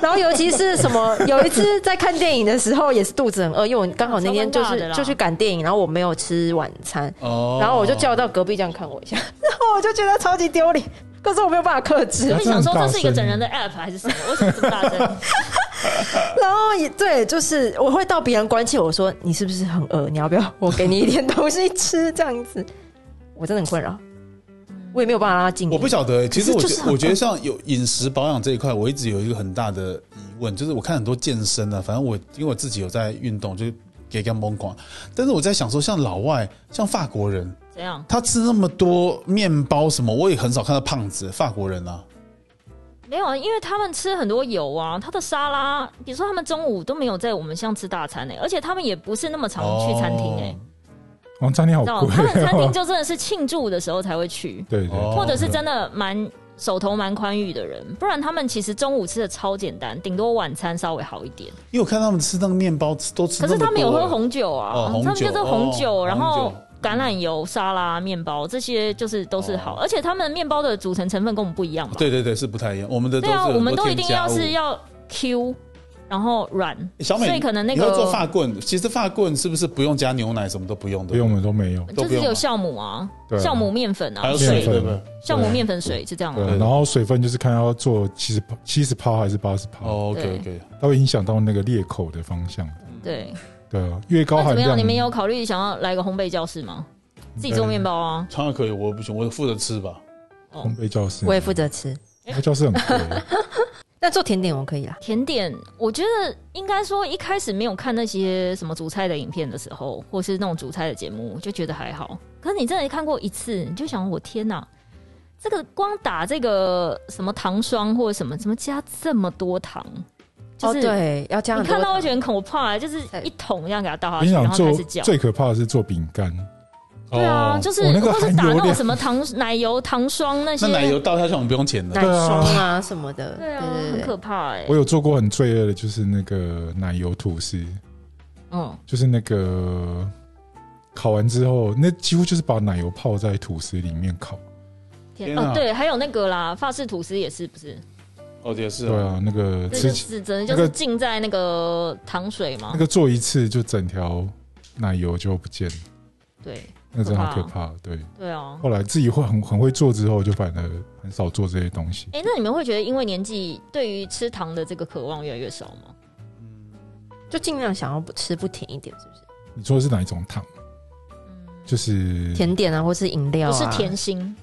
Speaker 3: 然后尤其是什 么，有一次在看电影的时候也是肚子很饿，因为我刚好那天就
Speaker 2: 超尴尬的
Speaker 3: 是
Speaker 2: 啦
Speaker 3: 就去赶电影，然后我没有吃晚餐，
Speaker 4: 哦
Speaker 3: 然后我就叫到隔壁这样看我一下，然后我就 觉得超级丢脸，可是我没有办法克 制
Speaker 2: 我
Speaker 1: 啊。
Speaker 2: 就想说这是一个整人的 app 还是什么？为什么这么大声？
Speaker 3: 然后也对，就是我会到别人关切我说你是不是很饿？你要不要我给你一点东西吃？这样子，我真的很困扰，我也没有办法让他
Speaker 2: 嗯
Speaker 3: 进。
Speaker 4: 我不晓得、其实我
Speaker 3: 可是
Speaker 4: 觉
Speaker 3: 就是
Speaker 4: 我
Speaker 3: 很
Speaker 4: 觉得像有饮食保养这一块，我一直有一个很大的疑问，就是我看很多健身啊，反正我因为我自己有在运动，就是给干崩狂。但是我在想说，像老外，像法国人，
Speaker 2: 怎样？
Speaker 4: 他吃那么多面包什么，我也很少看到胖子。法国人啊，
Speaker 2: 没有啊，因为他们吃很多油啊，他的沙拉，比如说他们中午都没有在我们像吃大餐哎、而且他们也不是那么常去餐厅哎、
Speaker 1: 哦，餐厅好
Speaker 2: 知道吗
Speaker 1: 贵
Speaker 2: 他们餐厅
Speaker 1: 哦。
Speaker 2: 就真的是庆祝的时候才会去，
Speaker 1: 对对
Speaker 4: 哦
Speaker 1: 对，
Speaker 2: 或者是真的蛮手头蛮宽裕的人，不然他们其实中午吃的超简单，顶多晚餐稍微好一点。
Speaker 4: 因为我看他们吃那个面包都吃
Speaker 2: 可
Speaker 4: 那
Speaker 2: 是
Speaker 4: 么多了，
Speaker 2: 他们有喝红酒啊，
Speaker 4: 哦红酒
Speaker 2: 他们就是红酒，
Speaker 4: 哦
Speaker 2: 然
Speaker 4: 红
Speaker 2: 后
Speaker 4: 酒
Speaker 2: 橄榄油、沙拉、面包这些就是都是好，
Speaker 4: 哦
Speaker 2: 而且他们面包的组成成分跟我们不一样嘛。
Speaker 4: 对对对，是不太一样。我们的都
Speaker 2: 对
Speaker 4: 是
Speaker 2: 啊，
Speaker 4: 很多
Speaker 2: 我们都一
Speaker 4: 添
Speaker 2: 定
Speaker 4: 加
Speaker 2: 要
Speaker 4: 物
Speaker 2: 是要 Q，然后软，
Speaker 4: 小美，
Speaker 2: 所以可能那
Speaker 4: 你会做
Speaker 2: 个
Speaker 4: 发棍，其实发棍是不是不用加牛奶，什么都不用的？
Speaker 1: 所以我们都没有。
Speaker 2: 就
Speaker 4: 都不
Speaker 2: 是
Speaker 4: 用
Speaker 2: 只有
Speaker 4: 嘛
Speaker 2: 酵母啊，
Speaker 1: 对啊
Speaker 2: 酵母面粉
Speaker 4: 还
Speaker 2: 啊，
Speaker 4: 有
Speaker 1: 面
Speaker 4: 水
Speaker 1: 粉
Speaker 4: 对
Speaker 2: 水
Speaker 4: 不对？
Speaker 2: 酵母面粉水就这样啊
Speaker 1: 对，。然后水分就是看要做七十七十趴还是八十趴，
Speaker 4: 哦
Speaker 2: 对
Speaker 4: ，OK OK，
Speaker 1: 它会影响到那个裂口的方向。
Speaker 2: 对，
Speaker 1: 对啊，越高
Speaker 2: 那
Speaker 1: 含
Speaker 2: 怎么
Speaker 1: 量，
Speaker 2: 样？你们有考虑想要来个烘焙教室吗？自己做面包啊？哦
Speaker 4: 当然可以，我不行，我负责吃吧。
Speaker 1: 烘焙教室，
Speaker 3: 我也负责吃，
Speaker 1: 那教室很 贵，
Speaker 3: 那做甜点我可以啦。
Speaker 2: 甜点，我觉得应该说一开始没有看那些什么煮菜的影片的时候，或是那种煮菜的节目，就觉得还好。可是你真的看过一次，你就想，我天哪，这个光打这个什么糖霜或者什么，怎么加这么多糖？就
Speaker 3: 哦，
Speaker 2: 是、
Speaker 3: 对，要加
Speaker 2: 你
Speaker 3: 很
Speaker 2: 看到
Speaker 3: 多。
Speaker 2: 会觉得很恐怕，就是一桶这样给它倒
Speaker 1: 我
Speaker 2: 下
Speaker 1: 跟
Speaker 2: 去，
Speaker 1: 你
Speaker 2: 然
Speaker 1: 讲，
Speaker 2: 后开始
Speaker 1: 做
Speaker 2: 搅。
Speaker 1: 最可怕的是做饼干，
Speaker 2: 对啊，
Speaker 4: 哦
Speaker 2: 就是、
Speaker 1: 我那个
Speaker 2: 或是
Speaker 1: 含
Speaker 2: 打
Speaker 1: 油
Speaker 2: 那种
Speaker 1: 量
Speaker 2: 什么糖奶油、糖霜那些，
Speaker 4: 那奶油倒下去我们不用钱的
Speaker 3: 奶，霜啊什么的，
Speaker 2: 对啊，
Speaker 3: 对
Speaker 2: 很
Speaker 3: 对对
Speaker 2: 可怕哎、
Speaker 1: 我有做过很罪恶的，就是那个奶油吐司，
Speaker 3: 嗯，
Speaker 1: 就是那个烤完之后，那几乎就是把奶油泡在吐司里面烤。
Speaker 2: 天
Speaker 4: 天
Speaker 2: 哦
Speaker 4: 啊，
Speaker 2: 对，还有那个啦，法式吐司也是不是？
Speaker 4: 哦，也是
Speaker 1: 对
Speaker 4: 哦，
Speaker 1: 啊，那个
Speaker 2: 这
Speaker 1: 吃
Speaker 2: 就
Speaker 1: 起
Speaker 2: 是真的
Speaker 1: 那
Speaker 2: 就
Speaker 1: 个
Speaker 2: 是浸在那个糖水嘛
Speaker 1: 那。个做一次就整条奶油就不见了，
Speaker 2: 对
Speaker 1: 那真的好可
Speaker 2: 可
Speaker 1: 怕。对，
Speaker 2: 对啊。
Speaker 1: 后来自己会很很会做之后，就反而很少做这些东西。
Speaker 2: 哎、那你们会觉得因为年纪对于吃糖的这个渴望越来越少吗？
Speaker 3: 就尽量想要不吃不甜一点，是不是？
Speaker 1: 你说的是哪一种糖？就是
Speaker 3: 甜点啊，或是饮料、
Speaker 2: 不
Speaker 3: 啊，
Speaker 2: 是甜。 心，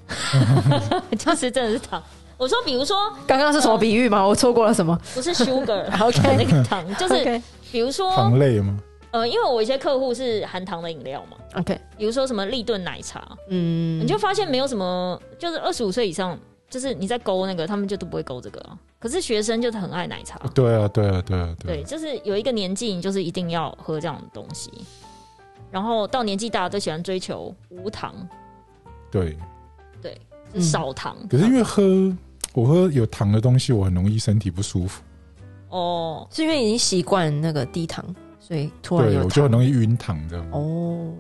Speaker 2: 就是真的是糖。我说，比如说
Speaker 3: 刚刚是什么比喻吗？我错过了什么
Speaker 2: 不是 sugar 那
Speaker 3: ？OK，
Speaker 2: 个糖，就嗯是
Speaker 3: OK
Speaker 2: 比如说
Speaker 1: 糖类吗？
Speaker 2: 呃，因为我一些客户是含糖的饮料嘛，
Speaker 3: OK，
Speaker 2: 比如说什么立顿奶茶，
Speaker 3: 嗯，
Speaker 2: 你就发现没有什么，就是二十五岁以上，就是你在勾那个，他们就都不会勾这个啊。可是学生就是很爱奶茶，
Speaker 1: 对啊，对啊，对啊，对
Speaker 2: 对，
Speaker 1: 啊。
Speaker 2: 就是有一个年纪，你就是一定要喝这样的东西。然后到年纪大，都喜欢追求无糖、
Speaker 1: 对，
Speaker 3: 嗯
Speaker 2: 少糖。
Speaker 1: 可是因为喝我喝有糖的东西，我很容易身体不舒服。
Speaker 2: 哦，
Speaker 3: 是因为已经习惯那个低糖，所以突然
Speaker 1: 对，
Speaker 3: 有
Speaker 1: 我
Speaker 3: 糖
Speaker 1: 就很容易晕糖这样。
Speaker 3: 哦。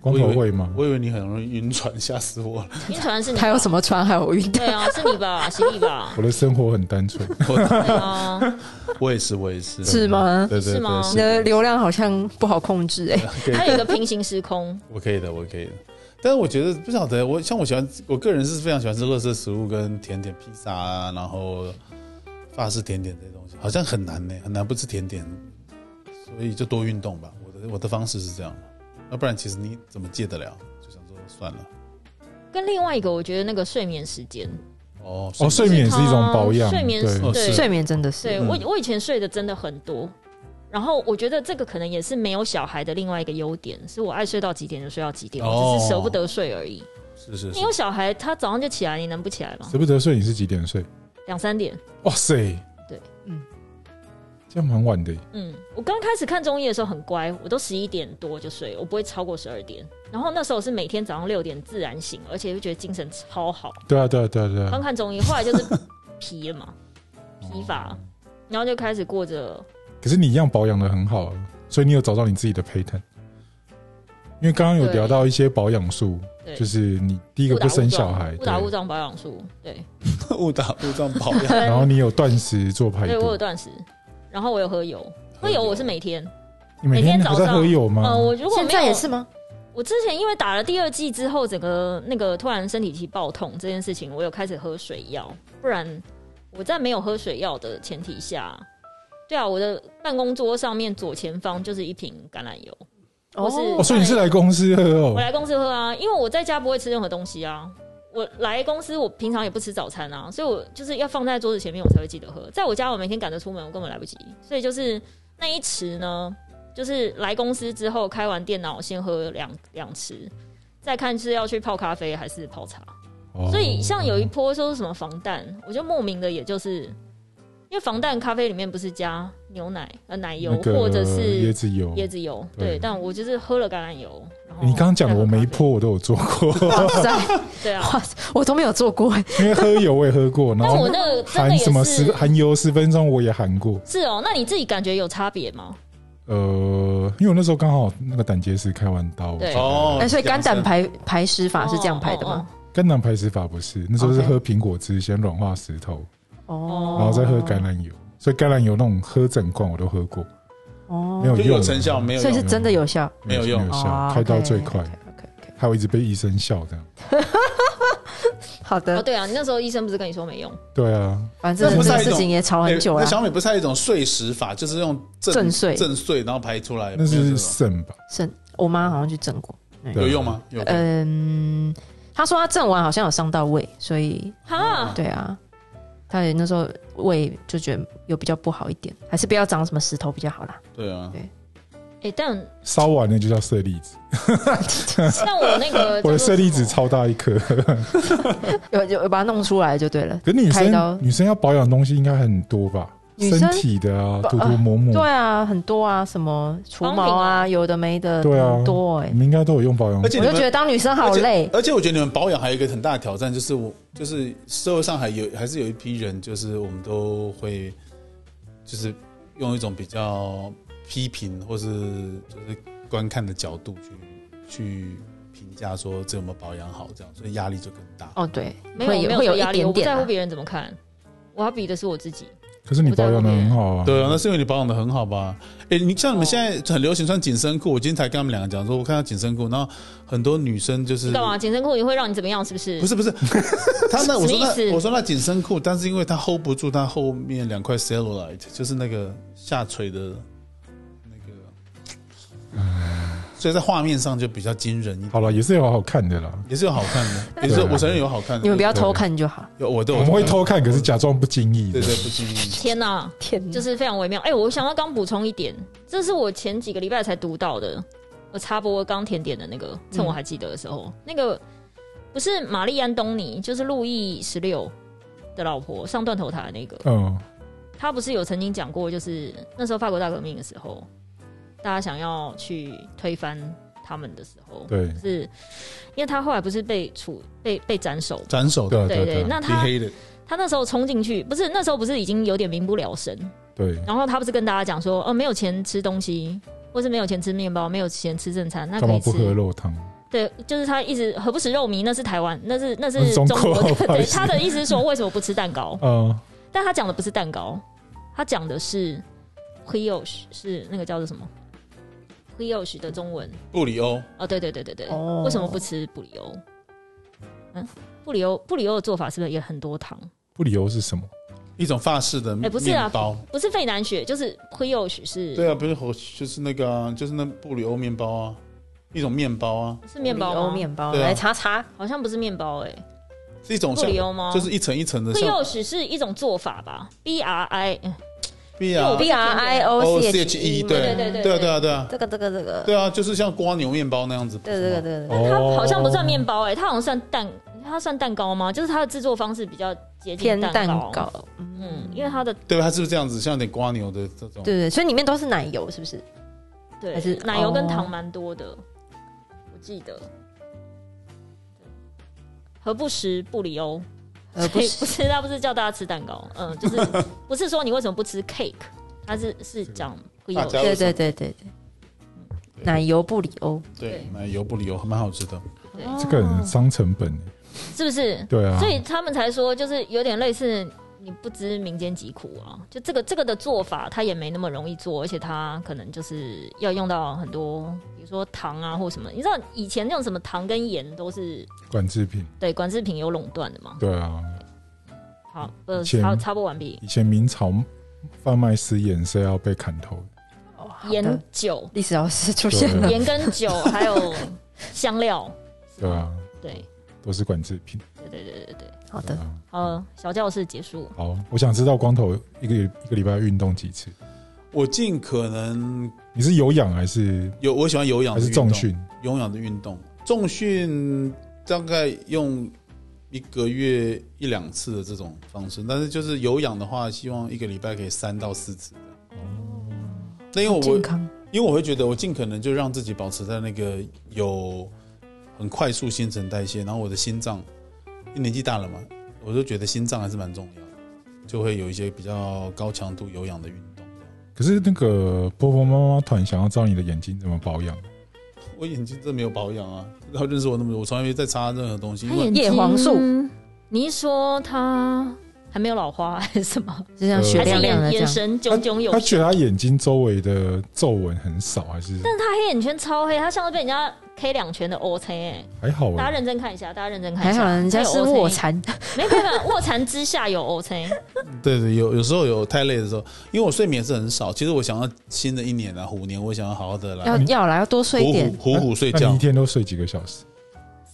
Speaker 1: 光头会吗？
Speaker 4: 我以为你很容易晕船，吓死我了！
Speaker 2: 晕船 是你吧
Speaker 3: 还有什？么船还有晕
Speaker 2: 对
Speaker 3: 的？
Speaker 2: 啊，是你吧，犀利吧？
Speaker 1: 我的生活很单纯，
Speaker 4: 我
Speaker 2: 对啊，
Speaker 4: 我也是，我也是，
Speaker 3: 是吗？
Speaker 4: 对对
Speaker 2: 是
Speaker 4: 对
Speaker 2: 吗
Speaker 4: 对，
Speaker 3: 你的流量好像不好控制哎、
Speaker 4: 可以
Speaker 2: 它有一个平行时空。
Speaker 4: 我可以的，我可以的。但是我觉得不晓得，我像我喜欢，我个人是非常喜欢吃乐色食物跟甜点、披萨啊，然后法式甜点这些东西，好像很难呢、很难不吃甜点，所以就多运动吧。我的我的方式是这样的，要不然其实你怎么戒得了？就想说算了。
Speaker 2: 跟另外一个，我觉得那个睡眠时间，
Speaker 4: 哦
Speaker 1: 哦，睡眠也是一种保养，
Speaker 2: 睡眠
Speaker 1: 对
Speaker 4: 哦
Speaker 2: 对
Speaker 4: 是
Speaker 3: 睡眠真的
Speaker 2: 对
Speaker 3: 是，
Speaker 2: 我
Speaker 4: 嗯
Speaker 2: 我以前睡的真的很多，然后我觉得这个可能也是没有小孩的另外一个优点，是我爱睡到几点就睡到几点，我只是舍不得睡而已。
Speaker 1: 哦
Speaker 4: 是是
Speaker 2: 你
Speaker 4: 是，
Speaker 2: 有小孩，他早上就起来，你能不起来吗？
Speaker 1: 舍不得睡，你是几点睡？
Speaker 2: 两三点，
Speaker 1: 哇塞，
Speaker 2: 对，
Speaker 3: 嗯，
Speaker 1: 这样蛮晚的耶。
Speaker 2: 嗯，我刚开始看中医的时候很乖，我都十一点多就睡，我不会超过十二点。然后那时候是每天早上六点自然醒，而且就觉得精神超好。
Speaker 1: 对啊，对啊，对啊，对
Speaker 2: 刚
Speaker 1: 啊，
Speaker 2: 看中医，后来就是 疲了嘛，
Speaker 1: 哦
Speaker 2: 疲乏，然后就开始过着
Speaker 1: 可是你一样保养的很好啊，所以你有找到你自己的 pattern。因为刚刚有聊到一些保养术，
Speaker 2: 对
Speaker 1: 就是你第一个
Speaker 2: 误打
Speaker 1: 不
Speaker 2: 误
Speaker 1: 生小
Speaker 2: 撞
Speaker 1: 孩，
Speaker 2: 误打误
Speaker 1: 对，
Speaker 2: 撞保养术，对，
Speaker 4: 误打误撞保 养。
Speaker 1: 然后你有断食做排
Speaker 2: 对我有
Speaker 1: 毒，
Speaker 2: 断食，然后我有喝油，喝油我是每天，
Speaker 1: 你每
Speaker 2: 每天
Speaker 1: 还在
Speaker 2: 早上
Speaker 1: 喝油吗？
Speaker 2: 呃，我如果
Speaker 3: 现
Speaker 2: 没有
Speaker 3: 在也 是吗？
Speaker 2: 我之前因为打了第二剂之后，整个那个突然身体期爆痛这件事情，我有开始喝水药，不然我在没有喝水药的前提下，对啊，我的办公桌上面左前方就是一瓶橄榄油，我是
Speaker 1: 哦，所以你是来公司喝
Speaker 2: 我
Speaker 1: 哦？
Speaker 2: 来公司喝啊，因为我在家不会吃任何东西啊。我来公司，我平常也不吃早餐啊，所以我就是要放在桌子前面，我才会记得喝。在我家，我每天赶着出门，我根本来不及。所以就是那一匙呢，就是来公司之后开完电脑，先喝两两匙，再看是要去泡咖啡还是泡茶。
Speaker 1: 哦
Speaker 2: 所以像有一波说是什么防弹，我就莫名的也就是，因为防弹咖啡里面不是加牛奶呃奶油、
Speaker 1: 那个
Speaker 2: 或者
Speaker 1: 椰
Speaker 2: 是
Speaker 1: 子油，
Speaker 2: 椰子油，
Speaker 1: 哦对
Speaker 2: 对，但我就是喝了橄榄油。然后
Speaker 1: 你刚刚讲的
Speaker 2: 再喝
Speaker 1: 我每一
Speaker 2: 咖啡
Speaker 1: 波我都有做过，
Speaker 3: 哇塞，
Speaker 2: 对啊，
Speaker 3: 哇，我都没有做过哎、
Speaker 1: 因为喝油我也喝过，然
Speaker 2: 但我
Speaker 1: 后
Speaker 2: 那个真的
Speaker 1: 含
Speaker 2: 也
Speaker 1: 什么十
Speaker 2: 是
Speaker 1: 含油十分钟我也含过。
Speaker 2: 是哦，那你自己感觉有差别吗？
Speaker 1: 呃，因为我那时候刚好那个胆结石开完刀，
Speaker 2: 对
Speaker 4: 哦
Speaker 3: 哎，所以肝胆
Speaker 4: 排
Speaker 3: 排排石法是这
Speaker 2: 哦
Speaker 3: 样排的吗？
Speaker 1: 肝囊排石法不是，那时候是
Speaker 3: OK
Speaker 1: 喝苹果汁先软化石头，
Speaker 3: 哦，
Speaker 1: 然后再喝橄榄油，所以橄榄油那种喝整罐我都喝过，
Speaker 3: 哦
Speaker 1: 没有
Speaker 4: 就
Speaker 1: 用啊
Speaker 4: 有成效没有
Speaker 3: 所以
Speaker 4: 用
Speaker 3: 是？真的有效，
Speaker 1: 没有
Speaker 4: 没有用
Speaker 1: 没有
Speaker 3: 哦
Speaker 1: 效，开刀最
Speaker 3: OK，
Speaker 1: 快，
Speaker 3: OK，OK，OK，
Speaker 1: 还有一直被医生笑这样。
Speaker 3: 好
Speaker 2: 哦，
Speaker 3: 的，
Speaker 2: 对啊，你那时候医生不是跟你说没用？
Speaker 1: 对啊，
Speaker 3: 反正
Speaker 4: 那不
Speaker 3: 这
Speaker 4: 是
Speaker 3: 个
Speaker 4: 一种
Speaker 3: 事情也吵很久啊
Speaker 4: 哎
Speaker 3: 了
Speaker 4: 那。小米不是还有一种碎石法，就是用
Speaker 3: 震碎
Speaker 4: 震碎然后排出来，
Speaker 1: 那
Speaker 4: 哎没有这
Speaker 1: 是
Speaker 4: 种
Speaker 1: 肾吧？
Speaker 3: 肾，我妈好像去震过，
Speaker 1: 对啊
Speaker 4: 有用？吗？有用。
Speaker 3: 嗯，她说她震完好像有伤到胃，所以
Speaker 1: 嗯
Speaker 2: 哈，
Speaker 3: 对啊，她也那时候胃就觉得有比较不好一点，还是不要长什么石头比较好啦。
Speaker 4: 对啊，
Speaker 1: 嗯
Speaker 2: 哎，但
Speaker 1: 烧完了就叫舍利子，
Speaker 2: 像我 那
Speaker 3: 哎
Speaker 2: 个
Speaker 1: 我的舍利子
Speaker 2: 超
Speaker 1: 超大一颗。
Speaker 3: 有有有把它弄出来就对了。
Speaker 1: 可女
Speaker 3: 开刀
Speaker 1: 生女生要保养的东西应该很多吧？
Speaker 3: 女
Speaker 1: 身
Speaker 3: 生
Speaker 1: 体的啊，
Speaker 3: 不
Speaker 1: 涂涂抹抹，
Speaker 3: 对啊，很多啊，什么除毛
Speaker 2: 帮
Speaker 3: 啊，有的没的，
Speaker 1: 对啊
Speaker 3: 很多哎、
Speaker 1: 你们应该都有用保养
Speaker 4: 而。且
Speaker 3: 我
Speaker 4: 你
Speaker 3: 就
Speaker 4: 们
Speaker 3: 觉得当女生好累，
Speaker 4: 而且我觉得你们保养还有一个很大的挑战，就是我就是社会上还有还是有一批人，就是我们都会就是用一种比较批评或是就是观看的角度去去评价说这有没有保养好，这样所以压力就更大。
Speaker 3: 哦，对，
Speaker 2: 没
Speaker 3: 会
Speaker 2: 有没
Speaker 3: 会有
Speaker 2: 说
Speaker 3: 一
Speaker 2: 压力，
Speaker 3: 点
Speaker 2: 我不
Speaker 3: 点
Speaker 2: 在
Speaker 3: 啊
Speaker 2: 乎别人怎么看，我要比的是我自己。
Speaker 1: 可是你保养的很好啊，
Speaker 4: 对啊，那是因为你保养的很好吧？哎、你像你
Speaker 2: 哦
Speaker 4: 们现在很流行穿紧身裤，我今天才跟他们两个讲说，我看到紧身裤，然后很多女生就是
Speaker 2: 你干嘛？紧身裤也会让你怎么样？是不是？
Speaker 4: 不是不是， 他那我说
Speaker 2: 什么意
Speaker 4: 那
Speaker 2: 思
Speaker 4: 我说那紧身裤，但是因为他 hold 不住他后面两块 cellulite，就是那个下垂的那个，所以在画面上就比较惊人一点，
Speaker 1: 好了，也是有好好看的啦。
Speaker 4: 也是有好看 的，也是有
Speaker 1: 对啊
Speaker 4: 我承认有好看的，
Speaker 3: 你们不要
Speaker 1: 对
Speaker 3: 偷看就好。
Speaker 4: 有我都
Speaker 1: 我
Speaker 4: 有
Speaker 1: 们会，偷看，可是假装不经意
Speaker 4: 对
Speaker 1: 的。
Speaker 4: 对不经意，
Speaker 2: 天哪、
Speaker 3: 天哪，
Speaker 2: 就是非常微妙。哎、我想要刚补充一点，这是我前几个礼拜才读到的，我插播刚甜点的那个，趁
Speaker 1: 嗯
Speaker 2: 我还记得的时候，那个不是玛丽安东尼，就是路易十六的老婆上断头台的那个，
Speaker 1: 嗯，
Speaker 2: 他不是有曾经讲过，就是那时候法国大革命的时候，大家想要去推翻他们的时候，
Speaker 1: 对
Speaker 2: 就是因为他后来不是被处被被斩首。
Speaker 4: 斩首
Speaker 1: 对
Speaker 4: 的
Speaker 1: 啊
Speaker 2: 对
Speaker 1: 对
Speaker 2: 对，
Speaker 1: 啊
Speaker 2: 那
Speaker 4: be
Speaker 2: 他
Speaker 4: hated，
Speaker 2: 他那时候冲进去，不是那时候不是已经有点民不聊生，
Speaker 1: 对，
Speaker 2: 然后他不是跟大家讲说，哦，没有钱吃东西，或是没有钱吃面包，没有钱吃正餐，那
Speaker 1: 干嘛
Speaker 2: 可以
Speaker 1: 不喝
Speaker 2: 吃。
Speaker 1: 肉汤？
Speaker 2: 对，就是他一直何不食肉糜，那是台湾，那是那
Speaker 1: 那
Speaker 2: 是
Speaker 1: 是中国
Speaker 2: 国。
Speaker 1: 不好意
Speaker 2: 对，
Speaker 1: 思
Speaker 2: 他的意思是说为什么不吃蛋糕？
Speaker 1: 嗯，
Speaker 2: 但他讲的不是蛋糕，他讲的是 brioche，是那个叫做什么 brioche 的中文？
Speaker 4: 布里欧
Speaker 2: 哦，对对对对对，
Speaker 3: 哦
Speaker 2: 为什么不吃布里欧？嗯，布里欧布里欧的做法是不是也很多糖？
Speaker 1: 不理由是什
Speaker 2: 哦
Speaker 1: 么？
Speaker 4: 一种法式的
Speaker 2: 哎不是啊
Speaker 4: 面包，
Speaker 2: 不是费南雪，就是 brioche 是，
Speaker 4: 对啊，不是火就是那个啊就是那布里欧面包啊，一种面包啊，
Speaker 2: 是面包
Speaker 3: 欧
Speaker 2: 吗？
Speaker 3: 面包
Speaker 4: 对啊
Speaker 3: 来查查，
Speaker 2: 好像不是面包哎、
Speaker 4: 是一种
Speaker 2: 布
Speaker 4: 像
Speaker 2: 里欧吗？
Speaker 4: 就是一层一层的
Speaker 2: 会
Speaker 4: 像
Speaker 2: 诱使是一种做法吧？B R I，嗯
Speaker 4: B
Speaker 2: 因为
Speaker 4: 啊
Speaker 2: 我不
Speaker 3: B R I O
Speaker 4: O
Speaker 3: C
Speaker 4: C H
Speaker 3: H E，
Speaker 4: E，
Speaker 3: 嘛
Speaker 4: 对
Speaker 2: 对对对
Speaker 4: 对啊对啊对啊
Speaker 3: 这个这个这个，
Speaker 4: 对啊，就是像瓜牛面包那样子，
Speaker 3: 对
Speaker 4: 不是
Speaker 3: 对对
Speaker 4: 吗，
Speaker 3: 对对，
Speaker 2: 它
Speaker 1: 哦
Speaker 2: 好像不算面包哎、它好像算蛋，它算蛋糕吗？就是它的制作方式比较接
Speaker 3: 偏
Speaker 2: 近
Speaker 3: 蛋
Speaker 2: 糕。
Speaker 3: 糕，
Speaker 2: 嗯，因为它的
Speaker 4: 对它是不是这样子，像有点瓜牛的这种？
Speaker 3: 对对，所以里面都是奶油，是不是？还
Speaker 2: 对
Speaker 3: 是
Speaker 2: 奶油跟
Speaker 3: 哦
Speaker 2: 糖蛮多的，我记得。何不食不里欧？
Speaker 3: 呃，不
Speaker 2: 不
Speaker 3: 是，
Speaker 2: 是，他不是叫大家吃蛋糕，嗯，就是不是说你为什么不吃 cake？他是是讲不
Speaker 4: 大
Speaker 2: 有
Speaker 4: 家
Speaker 3: 对对对对对，奶油布里欧，
Speaker 4: 对
Speaker 2: 对，
Speaker 4: 买油不理油，蛮好吃的。
Speaker 1: 这个很伤成本耶。
Speaker 2: 是不是？
Speaker 1: 对啊，
Speaker 2: 所以他们才说，就是有点类似你不知民间疾苦啊。就这个这个的做法，它也没那么容易做，而且它可能就是要用到很多，比如说糖啊或什么。你知道以前那种什么糖跟盐都是
Speaker 1: 管制品，
Speaker 2: 对管制品有垄断的嘛。
Speaker 1: 对啊，
Speaker 2: 好，呃，
Speaker 1: 以前
Speaker 2: 插插播完毕。
Speaker 1: 以前明朝贩卖私盐是要被砍头的，
Speaker 3: 哦好的
Speaker 2: 盐酒、
Speaker 3: 历史老师出现
Speaker 1: 对
Speaker 3: 了，
Speaker 2: 盐跟酒还有香料，
Speaker 1: 对啊，
Speaker 2: 对
Speaker 1: 都是管制品。
Speaker 2: 对对对对对。
Speaker 3: 好
Speaker 1: 对
Speaker 3: 的，
Speaker 1: 啊，
Speaker 2: 好，小教室结束。
Speaker 1: 好，我想知道光头一个一个礼拜运动几次？
Speaker 4: 我尽可能
Speaker 1: 你是有氧还是
Speaker 4: 有，我喜欢有氧
Speaker 1: 还
Speaker 4: 的
Speaker 1: 是
Speaker 4: 运动
Speaker 1: 重，训？
Speaker 4: 有氧的运动，重训大概用一个月一两次的这种方式，但是就是有氧的话，希望一个礼拜可以三到四次。那因为我
Speaker 3: 健康，
Speaker 4: 因为我会觉得我尽可能就让自己保持在那个有很快速新陈代谢，然后我的心脏，因为年纪大了嘛，我就觉得心脏还是蛮重要的，就会有一些比较高强度有氧的运动。
Speaker 1: 可是那个婆婆妈妈团想要知道你的眼睛怎么保养，
Speaker 4: 我眼睛真没有保养啊，他认识我那么久，我从来没在擦任何东西，因为
Speaker 3: 睛叶黄素，
Speaker 2: 你一说他还没有老花还是什么？
Speaker 3: 就像雪
Speaker 2: 还是
Speaker 3: 亮亮的
Speaker 2: 眼
Speaker 3: 这
Speaker 2: 眼
Speaker 3: 样，
Speaker 2: 神炯炯有
Speaker 1: 她
Speaker 2: 神？
Speaker 1: 觉得她眼睛周围的皱纹很少，还是
Speaker 2: 但是他黑眼圈超黑，他像是被人家 K 两拳的 O C 哎、
Speaker 1: 还好
Speaker 2: 大家
Speaker 1: 哎、
Speaker 2: 认真看一下，大家认真看
Speaker 3: 还
Speaker 2: 一下，
Speaker 3: 好人家是卧蚕，
Speaker 2: 没有，没有没有卧蚕之下有 O C，
Speaker 4: 对对，有有时候有太累的时候，因为我睡眠是很少。其实我想要新的一年啊，虎年，我想要好好的来
Speaker 3: 要要来要多睡
Speaker 4: 虎
Speaker 3: 一
Speaker 4: 虎
Speaker 3: 点，
Speaker 4: 虎虎睡
Speaker 1: 那
Speaker 4: 觉
Speaker 1: 你一，天都睡几个小时？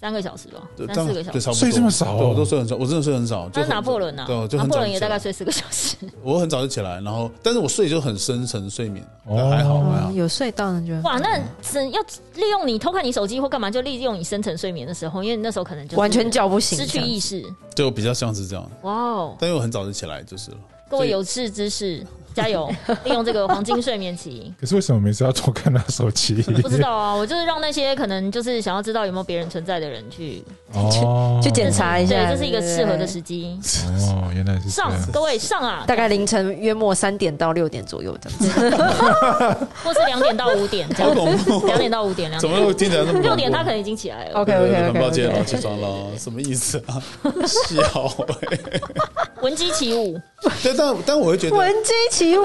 Speaker 2: 三个小时吧，
Speaker 4: 对
Speaker 2: 三四个小
Speaker 4: 对
Speaker 2: 时。
Speaker 4: 差不多
Speaker 1: 睡这么少哦
Speaker 4: 对我都睡很少，我真的睡很少。就
Speaker 2: 他是
Speaker 4: 很
Speaker 2: 拿破仑呐、
Speaker 4: 对，我就
Speaker 2: 拿
Speaker 4: 很啊
Speaker 2: 破
Speaker 4: 早
Speaker 2: 仑也大
Speaker 4: 起来
Speaker 2: 概睡四个小时。
Speaker 4: 我很早就起来，然后但是我睡就很深沉睡眠，
Speaker 1: 哦
Speaker 4: 但还好还
Speaker 3: 哦
Speaker 4: 好。
Speaker 3: 有睡到呢，就
Speaker 2: 啊哇，那真要利用你偷看你手机或干嘛，就利用你深层睡眠的时候，因为你那时候可能就是
Speaker 3: 完全叫不醒，
Speaker 2: 失去意识。
Speaker 4: 就比较像是这样，
Speaker 2: 哇哦，
Speaker 4: 但因为我很早就起来就是了。
Speaker 2: 各位有志之士，加油，利用这个黄金睡眠期。
Speaker 1: 可是为什么每次要偷看他手机？
Speaker 2: 不知道啊，我就是让那些可能就是想要知道有没有别人存在的人去，
Speaker 1: 哦，
Speaker 3: 去检查一
Speaker 2: 对，
Speaker 3: 下，
Speaker 2: 这是一个
Speaker 3: 对
Speaker 2: 适合的时机。
Speaker 1: 哦，原来是这
Speaker 2: 上
Speaker 1: 样，
Speaker 2: 各位上啊，
Speaker 3: 大概凌晨约莫三点到六点左右这样子。
Speaker 2: 或是两点到五点这
Speaker 4: 好
Speaker 2: 样，
Speaker 4: 恐怖，
Speaker 2: 两点到五点，两
Speaker 4: 怎
Speaker 2: 点
Speaker 4: 么会听起来那么恐怖
Speaker 2: 六点他可能已经起来了，
Speaker 3: OK OK
Speaker 4: 很
Speaker 3: OK，
Speaker 4: 抱歉，啊我起 床了，什么意思啊？ 笑欸，
Speaker 2: 闻鸡起舞，
Speaker 4: 对，但但我会觉得，
Speaker 3: 闻鸡起舞，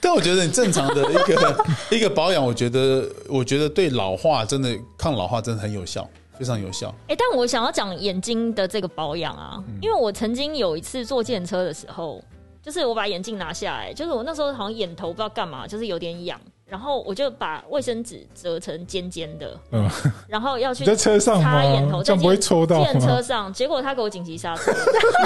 Speaker 4: 但我觉得你正常的一个 一个保养，我觉得我觉得对老化真的抗老化真的很有效，非常有效。
Speaker 2: 哎、但我想要讲眼睛的这个保养啊，因为我曾经有一次坐电车的时候，就是我把眼镜拿下来，就是我那时候好像眼头不知道干嘛，就是有点痒，然后我就把卫生纸折成尖尖的，
Speaker 1: 嗯，
Speaker 2: 然后要去
Speaker 1: 你在车上吗
Speaker 2: 擦眼头，
Speaker 1: 这样不会戳到吗
Speaker 2: 电车上，结果他给我紧急刹车，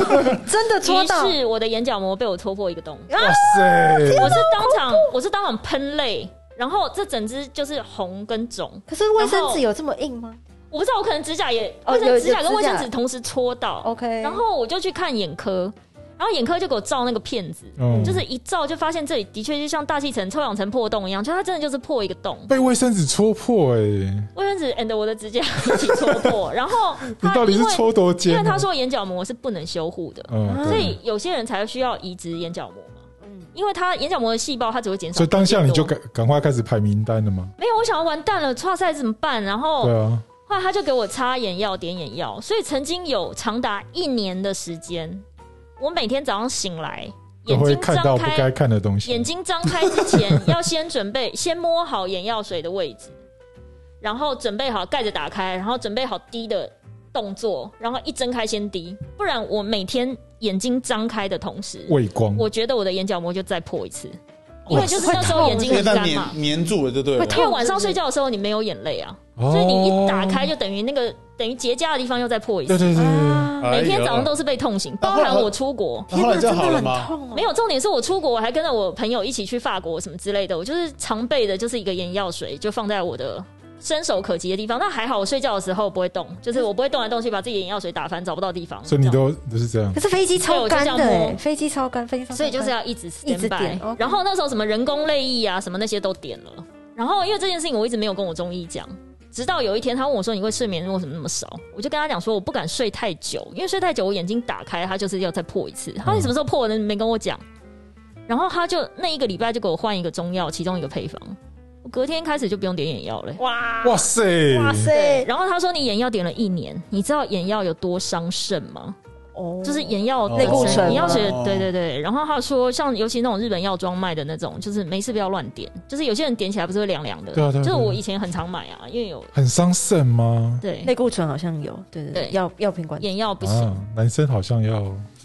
Speaker 3: 真的戳
Speaker 2: 于
Speaker 3: 到，
Speaker 2: 是我的眼角膜被我戳破一个洞，
Speaker 1: 哇塞，
Speaker 2: 我是当场我是当场喷泪，然后这整只就是红跟肿，
Speaker 3: 可是卫生纸有这么硬吗
Speaker 2: 我不知道我可能指甲也
Speaker 3: 哦
Speaker 2: 卫生
Speaker 3: 有
Speaker 2: 指甲
Speaker 3: 有
Speaker 2: 跟卫生
Speaker 3: 指甲
Speaker 2: 纸同时戳到。
Speaker 3: ？OK，
Speaker 2: 然后我就去看眼科，然后眼科就给我照那个片子，
Speaker 1: 嗯
Speaker 2: 就是一照就发现这里的确就像大气层抽氧层破洞一样，就它真的就是破一个洞，
Speaker 1: 被卫生纸戳破哎，
Speaker 2: 卫生纸 and 我的指甲一起戳 破，然后
Speaker 1: 你
Speaker 2: 它
Speaker 1: 到底是
Speaker 2: 因为
Speaker 1: 戳多
Speaker 2: 因
Speaker 1: 尖啊？
Speaker 2: 为他说眼角膜是不能修护的，
Speaker 1: 嗯，对
Speaker 2: 所以有些人才需要移植眼角膜嘛，
Speaker 3: 嗯
Speaker 2: 因为它眼角膜的细胞它只会减少，
Speaker 1: 所以当下你就
Speaker 2: 更
Speaker 1: 赶赶快开始排名单了嘛？
Speaker 2: 多没有，我想要完蛋了，差赛怎么办？然后
Speaker 1: 对啊，
Speaker 2: 后来他就给我擦眼药、点眼药，所以曾经有长达一年的时间，我每天早上醒来，
Speaker 1: 都
Speaker 2: 眼
Speaker 1: 会
Speaker 2: 睛
Speaker 1: 看到
Speaker 2: 张
Speaker 1: 不该
Speaker 2: 开，
Speaker 1: 看的东西。
Speaker 2: 眼睛张开之前要先准备，先摸好眼药水的位置，然后准备好盖子打开，然后准备好滴的动作，然后一睁开先滴，不然我每天眼睛张开的同时，
Speaker 1: 畏光，
Speaker 2: 我觉得我的眼角膜就再破一次，因为就是那时候
Speaker 3: 哇
Speaker 2: 眼睛
Speaker 4: 因为
Speaker 2: 很
Speaker 4: 它
Speaker 2: 干
Speaker 4: 粘
Speaker 2: 嘛。
Speaker 4: 粘住了，就对了啊
Speaker 3: 会。
Speaker 2: 因为晚上睡觉的时候你没有眼泪啊，
Speaker 1: 哦
Speaker 2: 所以你一打开，就等于那个等于结痂的地方又再破一
Speaker 1: 对
Speaker 2: 次。
Speaker 1: 对对对对，哎哦
Speaker 3: 啊，
Speaker 4: 哎
Speaker 2: 每
Speaker 4: 呦
Speaker 2: 天早上都是被痛醒，包含我出国。
Speaker 4: 那啊后来就
Speaker 3: 真的
Speaker 4: 好了
Speaker 3: 很
Speaker 4: 吗？
Speaker 3: 痛哦
Speaker 2: 没有重点是我出国，我还跟着我朋友一起去法国什么之类的。我就是常备的，就是一个眼药水，就放在我的伸手可及的地方。那还好，我睡觉的时候不会动，就是我不会动来动去，把自己的眼药水打翻，找不到地方。
Speaker 1: 所以你
Speaker 2: 这样
Speaker 1: 都都是这样
Speaker 3: 可。是飞机超干
Speaker 2: 对我就
Speaker 3: 的、
Speaker 2: 这样摸
Speaker 3: 欸，飞机超干，飞机超干，
Speaker 2: 所以就是要一直 stand
Speaker 3: 一直
Speaker 2: by
Speaker 3: 点，OK
Speaker 2: 然后那时候什么人工泪液啊，什么那些都点了。然后因为这件事情，我一直没有跟我中医讲，直到有一天他问我说：“你会睡眠为什么那么少？”我就跟他讲说：“我不敢睡太久，因为睡太久我眼睛打开，它就是要再破一次。”
Speaker 3: 嗯
Speaker 2: 他说：“你什么时候破的？你没跟我讲。”然后他就那一个礼拜就给我换一个中药，其中一个配方。我隔天开始就不用点眼药了。
Speaker 3: 哇
Speaker 1: 哇塞，
Speaker 3: 哇塞，
Speaker 2: 然后他说：“你眼药点了一年，你知道眼药有多伤肾吗？”
Speaker 3: 哦
Speaker 2: 就是眼药
Speaker 4: 类固
Speaker 2: 本身
Speaker 3: 醇
Speaker 2: 眼药
Speaker 1: 嗯
Speaker 3: 嘛
Speaker 2: 水，对对对。然后他说，像尤其那种日本药妆卖的那种，就是没事不要乱点，就是有些人点起来不是会凉凉的。
Speaker 1: 对啊对啊
Speaker 2: 就
Speaker 1: 对啊
Speaker 2: 是我以前很常买啊，因为有
Speaker 1: 很伤肾吗？
Speaker 2: 对
Speaker 3: 类固醇好像有，对对
Speaker 2: 对
Speaker 3: 对，药药品管
Speaker 2: 眼药不行，
Speaker 1: 啊，男生好像要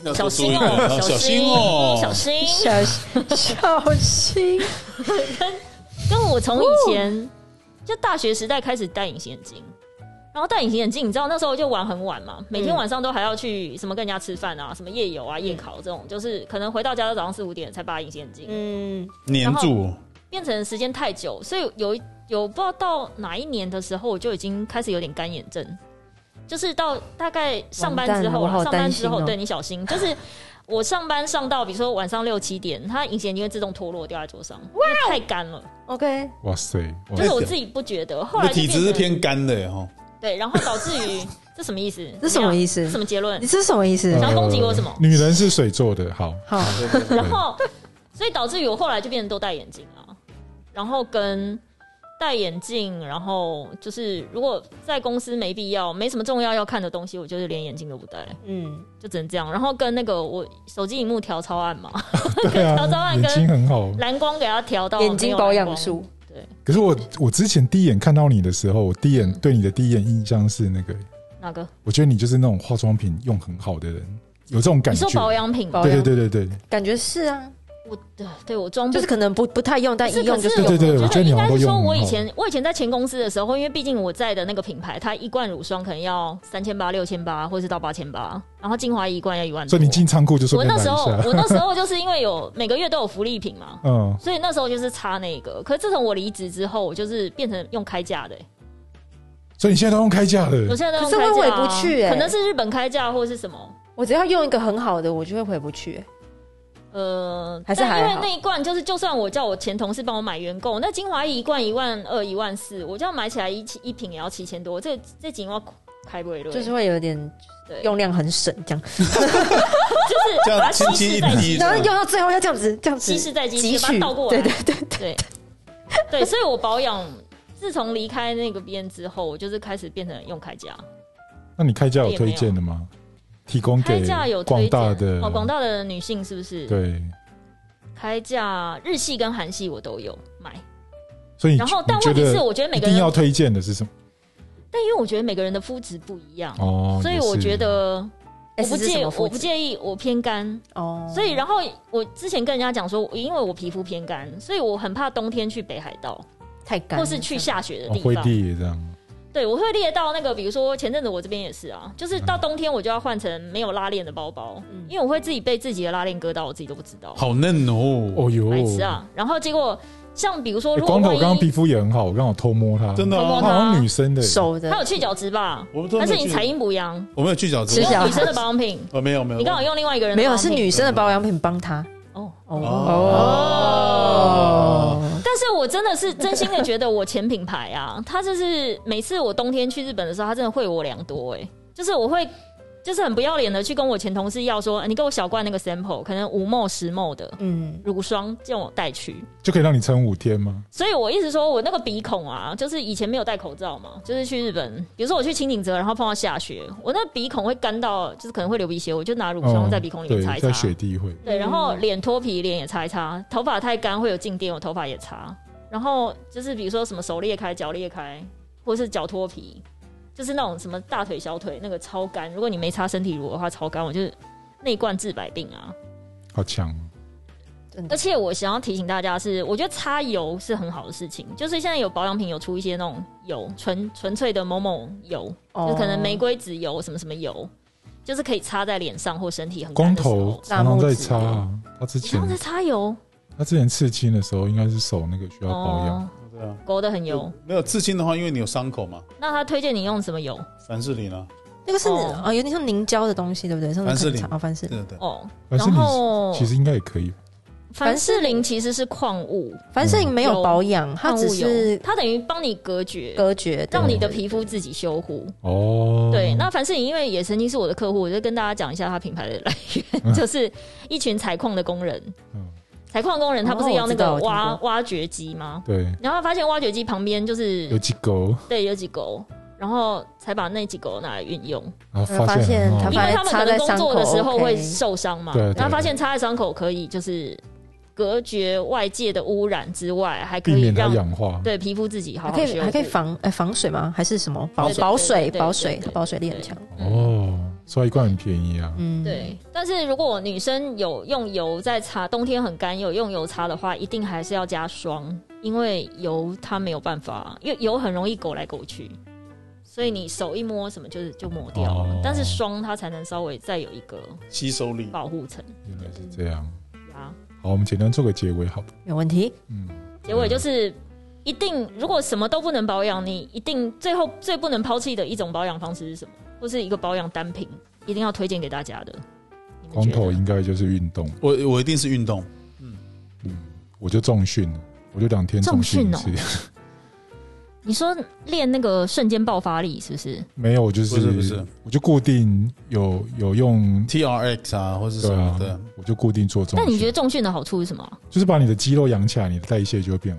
Speaker 4: 要
Speaker 2: 小
Speaker 4: 多注意
Speaker 2: 心哦，
Speaker 4: 哦小
Speaker 2: 心
Speaker 4: 心哦，
Speaker 2: 小心。哦
Speaker 3: 小小心，
Speaker 2: 跟我从以前就大学时代开始戴隐形眼镜。然后戴隐形眼镜，你知道那时候就玩很晚
Speaker 3: 嗯
Speaker 2: 嘛，每天晚上都还要去什么跟人家吃饭啊，什么夜游啊、夜考这种，就是可能回到家都早上四五点才把隐形眼镜
Speaker 3: 嗯，
Speaker 2: 哦
Speaker 4: 粘住。
Speaker 2: 变成时间太久，所以有一有不知道到哪一年的时候，我就已经开始有点干眼症，就是到大概上班之后
Speaker 3: 完蛋了我
Speaker 2: 啦，
Speaker 3: 好
Speaker 2: 上班
Speaker 3: 担
Speaker 2: 之
Speaker 3: 心哦
Speaker 2: 后，对你小心，就是我上班上到比如说晚上六七点，它隐形眼镜会自动脱落掉在桌上，哇，
Speaker 3: 哦
Speaker 2: 太干了，
Speaker 3: OK，
Speaker 1: 哇塞，哇
Speaker 2: 就是我自己不觉得，后
Speaker 4: 你
Speaker 2: 来
Speaker 4: 的
Speaker 2: 就
Speaker 4: 体质是
Speaker 2: 变成
Speaker 4: 偏干的哈，
Speaker 2: 对，然后导致于这什么意思？
Speaker 3: 这什么意
Speaker 2: 思？
Speaker 3: 思
Speaker 2: 这？什么结论
Speaker 3: 你？这是什么意思？
Speaker 2: 想要攻击我什么
Speaker 1: 呃女人是水做的，好，
Speaker 3: 好，
Speaker 2: 然后，所以导致于我后来就变成都戴眼镜啊，然后跟戴眼镜，然后就是如果在公司没必要、没什么重要要看的东西，我就是连眼镜都不戴，
Speaker 3: 嗯，
Speaker 2: 就只能这样。然后跟那个我手机荧幕调超暗嘛，
Speaker 1: 对
Speaker 2: 调早
Speaker 1: 啊，
Speaker 2: 晚
Speaker 1: 眼
Speaker 2: 跟
Speaker 1: 睛很好。
Speaker 2: 蓝光给它调到
Speaker 3: 嗯眼睛保养
Speaker 2: 没有蓝
Speaker 3: 术
Speaker 2: 光，，对，
Speaker 1: 可是我我之前第一眼看到你的时候，我第一眼
Speaker 2: 嗯
Speaker 1: 对你的第一眼印象是那个，
Speaker 2: 哪个？
Speaker 1: 我觉得你就是那种化妆品用很好的人，有这种感
Speaker 2: 你说保
Speaker 1: 觉。
Speaker 2: 养嗯品吗？
Speaker 3: 保
Speaker 1: 对
Speaker 3: 养
Speaker 1: 对对对对，
Speaker 3: 感觉是啊，
Speaker 2: 我对对我装不
Speaker 3: 就是可能嗯不不太用，但
Speaker 2: 不
Speaker 3: 一用就是
Speaker 2: 可
Speaker 1: 对对对
Speaker 2: 我
Speaker 1: 我觉得你
Speaker 2: 应
Speaker 1: 好
Speaker 2: 该
Speaker 1: 像都
Speaker 2: 是
Speaker 1: 用
Speaker 2: 说，
Speaker 1: 很
Speaker 2: 我以
Speaker 1: 好
Speaker 2: 前我以前在前公司的时候，因为毕竟我在的那个品牌，它一罐乳霜可能要三千八、六千八，或是到八千八，然后精华一罐要一万多。
Speaker 1: 所以你进仓库就说
Speaker 2: 我
Speaker 1: 便买
Speaker 2: 那
Speaker 1: 一
Speaker 2: 时候，
Speaker 1: 下，
Speaker 2: 我那时候就是因为有每个月都有福利品嘛，
Speaker 1: 嗯，
Speaker 2: 所以那时候就是擦那个。可是自从我离职之后，我就是变成用开价的、欸
Speaker 1: 所以你现在都用开价
Speaker 2: 我
Speaker 1: 的，
Speaker 2: 现在都用
Speaker 3: 可
Speaker 2: 开
Speaker 3: 是
Speaker 2: 价、啊，
Speaker 3: 我也不去欸
Speaker 2: 可能是日本开价或是什么。
Speaker 3: 我只要用一个很好的，我就会回不去、欸
Speaker 2: 呃，
Speaker 3: 还是
Speaker 2: 但因
Speaker 3: 还
Speaker 2: 为
Speaker 3: 好
Speaker 2: 那一罐就是，就算我叫我前同事帮我买原购，那精华液一罐一万二、一万四，我这样买起来一起一瓶也要七千多，这这几要开不了，
Speaker 3: 就是会有点
Speaker 2: 对
Speaker 3: 用量很省这样，
Speaker 2: 就是
Speaker 4: 这
Speaker 2: 把它
Speaker 4: 样
Speaker 2: 稀
Speaker 4: 轻轻
Speaker 2: 释
Speaker 4: 一
Speaker 2: 在
Speaker 4: 滴，
Speaker 3: 然后用到最后要这样子这样子
Speaker 2: 稀释在
Speaker 3: 汲
Speaker 2: 机把它
Speaker 3: 取
Speaker 2: 倒过来，
Speaker 3: 对对对对，
Speaker 2: 对对，所以我保养，自从离开那个边之后，我就是开始变成用开架，
Speaker 1: 那你开价有推荐的吗？提供
Speaker 2: 开
Speaker 1: 给
Speaker 2: 架有
Speaker 1: 广
Speaker 2: 推荐
Speaker 1: 大的
Speaker 2: 哦，广大的女性是不是？，
Speaker 1: 对，
Speaker 2: 开架日系跟韩系我都有买，
Speaker 1: 所以你
Speaker 2: 然后
Speaker 1: 你
Speaker 2: 但
Speaker 1: 觉
Speaker 2: 问题是，
Speaker 1: 得
Speaker 2: 我觉得每
Speaker 1: 一
Speaker 2: 个
Speaker 1: 定
Speaker 2: 人
Speaker 1: 要，推荐的是什么？
Speaker 2: 但因为我觉得每个人的肤质不一样，
Speaker 1: 哦，
Speaker 2: 所以
Speaker 1: 也是
Speaker 2: 我觉得我
Speaker 3: S
Speaker 2: 不
Speaker 3: 是什
Speaker 2: 介
Speaker 3: 么肤
Speaker 2: 我不
Speaker 3: 质
Speaker 2: 介意我偏干，
Speaker 3: 哦，
Speaker 2: 所以然后我之前跟人家讲说，因为我皮肤偏干，所以我很怕冬天去北海道
Speaker 3: 太干
Speaker 2: 或
Speaker 3: 了
Speaker 2: 是去下雪的
Speaker 1: 哦
Speaker 2: 地
Speaker 1: 灰
Speaker 2: 方。
Speaker 1: 地也这样，
Speaker 2: 对，我会列到那个，比如说前阵子我这边也是啊，就是
Speaker 1: 嗯
Speaker 2: 到冬天我就要换成没有拉链的包包，
Speaker 3: 嗯
Speaker 2: 因为我会自己被自己的拉链割到，我自己都不知道，
Speaker 4: 好嫩哦，
Speaker 1: 哦哟，
Speaker 2: 白痴啊！然后结果像比如说，
Speaker 1: 诶
Speaker 2: 如果
Speaker 1: 光头
Speaker 2: 万
Speaker 1: 刚刚皮
Speaker 2: 一
Speaker 1: 肤也很好，我刚好偷摸他，
Speaker 4: 真的
Speaker 2: 好
Speaker 1: 他
Speaker 2: 光头
Speaker 4: 哦，
Speaker 1: 好像女生的耶，
Speaker 3: 手的
Speaker 2: 它有去角质吧
Speaker 4: 我们，都没
Speaker 2: 但
Speaker 4: 有
Speaker 2: 是你
Speaker 4: 去
Speaker 2: 采阴补阳，
Speaker 4: 我没有去角质哦
Speaker 3: 吃
Speaker 2: 你，
Speaker 3: 小
Speaker 2: 用
Speaker 3: 孩
Speaker 2: 女生的保养品，
Speaker 4: 我没有没有，
Speaker 2: 你刚好用另外一个人的
Speaker 3: 没
Speaker 2: 保
Speaker 3: 有
Speaker 2: 养
Speaker 3: 是
Speaker 2: 品，
Speaker 3: 女生的保养品帮她
Speaker 2: 哦。
Speaker 3: 哦，
Speaker 2: 但是我真的是真心的觉得我前品牌啊， 它就是每次我冬天去日本的时候，它真的惠我良多哎、就是我会就是很不要脸的去跟我前同事要说，呃你给我小罐那个 sample，可能五毛十毛的
Speaker 3: 嗯，
Speaker 2: 乳霜叫我带去。
Speaker 1: 就可以让你撑五天吗？
Speaker 2: 所以我一直说我那个鼻孔啊，就是以前没有戴口罩嘛，就是去日本，比如说我去青井泽，然后碰到下雪，我那鼻孔会干到，就是可能会流鼻血，我就拿乳
Speaker 1: 嗯
Speaker 2: 霜在鼻孔里面
Speaker 1: 对
Speaker 2: 擦一擦。
Speaker 1: 在雪地会，
Speaker 2: 对，然后脸脱皮，脸也擦一擦，头发太干会有静电，我头发也擦。然后就是比如说什么手裂开、脚裂开，或是脚脱皮，就是那种什么大腿、小腿那个超干。如果你没擦身体乳的话，超干。我就是内罐治百病啊。
Speaker 1: 好强哦，
Speaker 3: 真
Speaker 2: 而
Speaker 3: 的
Speaker 2: 且我想要提醒大家的是，我觉得擦油是很好的事情，就是现在有保养品有出一些那种油，纯纯粹的某某油，就
Speaker 3: 哦
Speaker 2: 可能玫瑰籽油、什么什么油，就是可以擦在脸上或身体很干
Speaker 1: 光
Speaker 2: 的时候
Speaker 1: 头。常常在擦
Speaker 3: 大
Speaker 1: 啊，他之
Speaker 2: 哦你
Speaker 1: 前
Speaker 2: 常在擦油
Speaker 1: 他之前刺青的时候，应该是手那个需要保养，
Speaker 2: 哦，
Speaker 4: 对啊，
Speaker 2: 勾的很油。
Speaker 4: 没有刺青的话，因为你有伤口嘛，
Speaker 2: 那他推荐你用什么油？
Speaker 4: 凡士林啊，
Speaker 3: 那个是
Speaker 2: 哦
Speaker 3: 哦，有点像凝胶的东西，对不对？上面
Speaker 4: 凡士
Speaker 3: 看
Speaker 4: 林嗯
Speaker 3: 查哦，凡士林
Speaker 4: 对对对，
Speaker 2: 哦，
Speaker 1: 但是
Speaker 2: 然
Speaker 1: 你
Speaker 2: 后
Speaker 1: 其实应该也可以吧，
Speaker 2: 凡士林其实是矿物，
Speaker 3: 凡士林没有
Speaker 2: 有
Speaker 3: 保养，它
Speaker 2: 矿
Speaker 3: 只
Speaker 2: 物油
Speaker 3: 是
Speaker 2: 它等于帮你隔绝，
Speaker 3: 隔绝，
Speaker 2: 让你的皮肤自己修护。
Speaker 1: 哦，
Speaker 2: 对，那凡士林因为也曾经是我的客户，我就跟大家讲一下它品牌的来 源，就是一群采矿的工人
Speaker 1: 嗯。
Speaker 2: 采矿工人他不是要那
Speaker 3: 哦
Speaker 2: 个
Speaker 3: 我知道我
Speaker 2: 挖
Speaker 3: 听
Speaker 2: 挖掘机吗？
Speaker 1: 对，
Speaker 2: 然后发现挖掘机旁边就是
Speaker 1: 有几狗，
Speaker 2: 对有几狗，然后才把那几狗拿来运用。
Speaker 1: 然后
Speaker 3: 呃
Speaker 1: 发
Speaker 3: 发
Speaker 1: 现
Speaker 3: 现
Speaker 1: 很好
Speaker 3: 他
Speaker 2: 因
Speaker 3: 发
Speaker 2: 为
Speaker 3: 现
Speaker 2: 他们可能工作的时候会
Speaker 3: OK
Speaker 2: 受伤嘛，
Speaker 1: 对对
Speaker 2: 然后发现擦在伤口可以就是隔绝外界的污染之外，还可
Speaker 1: 避
Speaker 2: 以
Speaker 1: 免它
Speaker 2: 让
Speaker 1: 氧化，
Speaker 2: 对皮肤自己好
Speaker 3: 还
Speaker 2: 好
Speaker 3: 可
Speaker 2: 修
Speaker 3: 以
Speaker 2: 复
Speaker 3: 还可以防哎防水吗？还是什么保
Speaker 2: 对对
Speaker 3: 保
Speaker 2: 对
Speaker 3: 水
Speaker 2: 对
Speaker 3: 保
Speaker 2: 对
Speaker 3: 水
Speaker 2: 对？
Speaker 3: 它
Speaker 2: 对
Speaker 3: 保水力很
Speaker 2: 对
Speaker 3: 强，
Speaker 1: 哦，所以一罐很便宜啊，
Speaker 3: 嗯，
Speaker 2: 对，但是如果女生有用油在擦，冬天很干有用油擦的话，一定还是要加霜，因为油它没有办法，因为油很容易勾来勾去，所以你手一摸什么就是就抹掉了。
Speaker 1: 哦
Speaker 2: 但是霜它才能稍微再有一个
Speaker 4: 吸收力。
Speaker 2: 保护层
Speaker 1: 原来是这样。
Speaker 2: 啊。
Speaker 1: 好，我们简单做个结尾，好吧？
Speaker 3: 没有问题。
Speaker 1: 嗯，
Speaker 2: 结尾就是一定，如果什么都不能保养，你一定最后最不能抛弃的一种保养方式是什么？或是一个保养单品，一定要推荐给大家的。你们
Speaker 1: 嗯光
Speaker 2: 觉
Speaker 1: 头
Speaker 2: 得？
Speaker 1: 应该就是运动，
Speaker 4: 我我一定是运动，
Speaker 1: 嗯，我就重训了，我就两天训一次，
Speaker 2: 重哦你说练那个瞬间爆发力是不是？
Speaker 1: 没有，我就
Speaker 4: 不是不是
Speaker 1: 我就固定有有用，
Speaker 4: T R X 啊，或是什
Speaker 1: 对
Speaker 4: 么
Speaker 1: 啊
Speaker 4: 的，，
Speaker 1: 我就固定做重训。
Speaker 2: 那你觉得重训的好处是什么啊？
Speaker 1: 就是把你的肌肉养起来，你的代谢就会变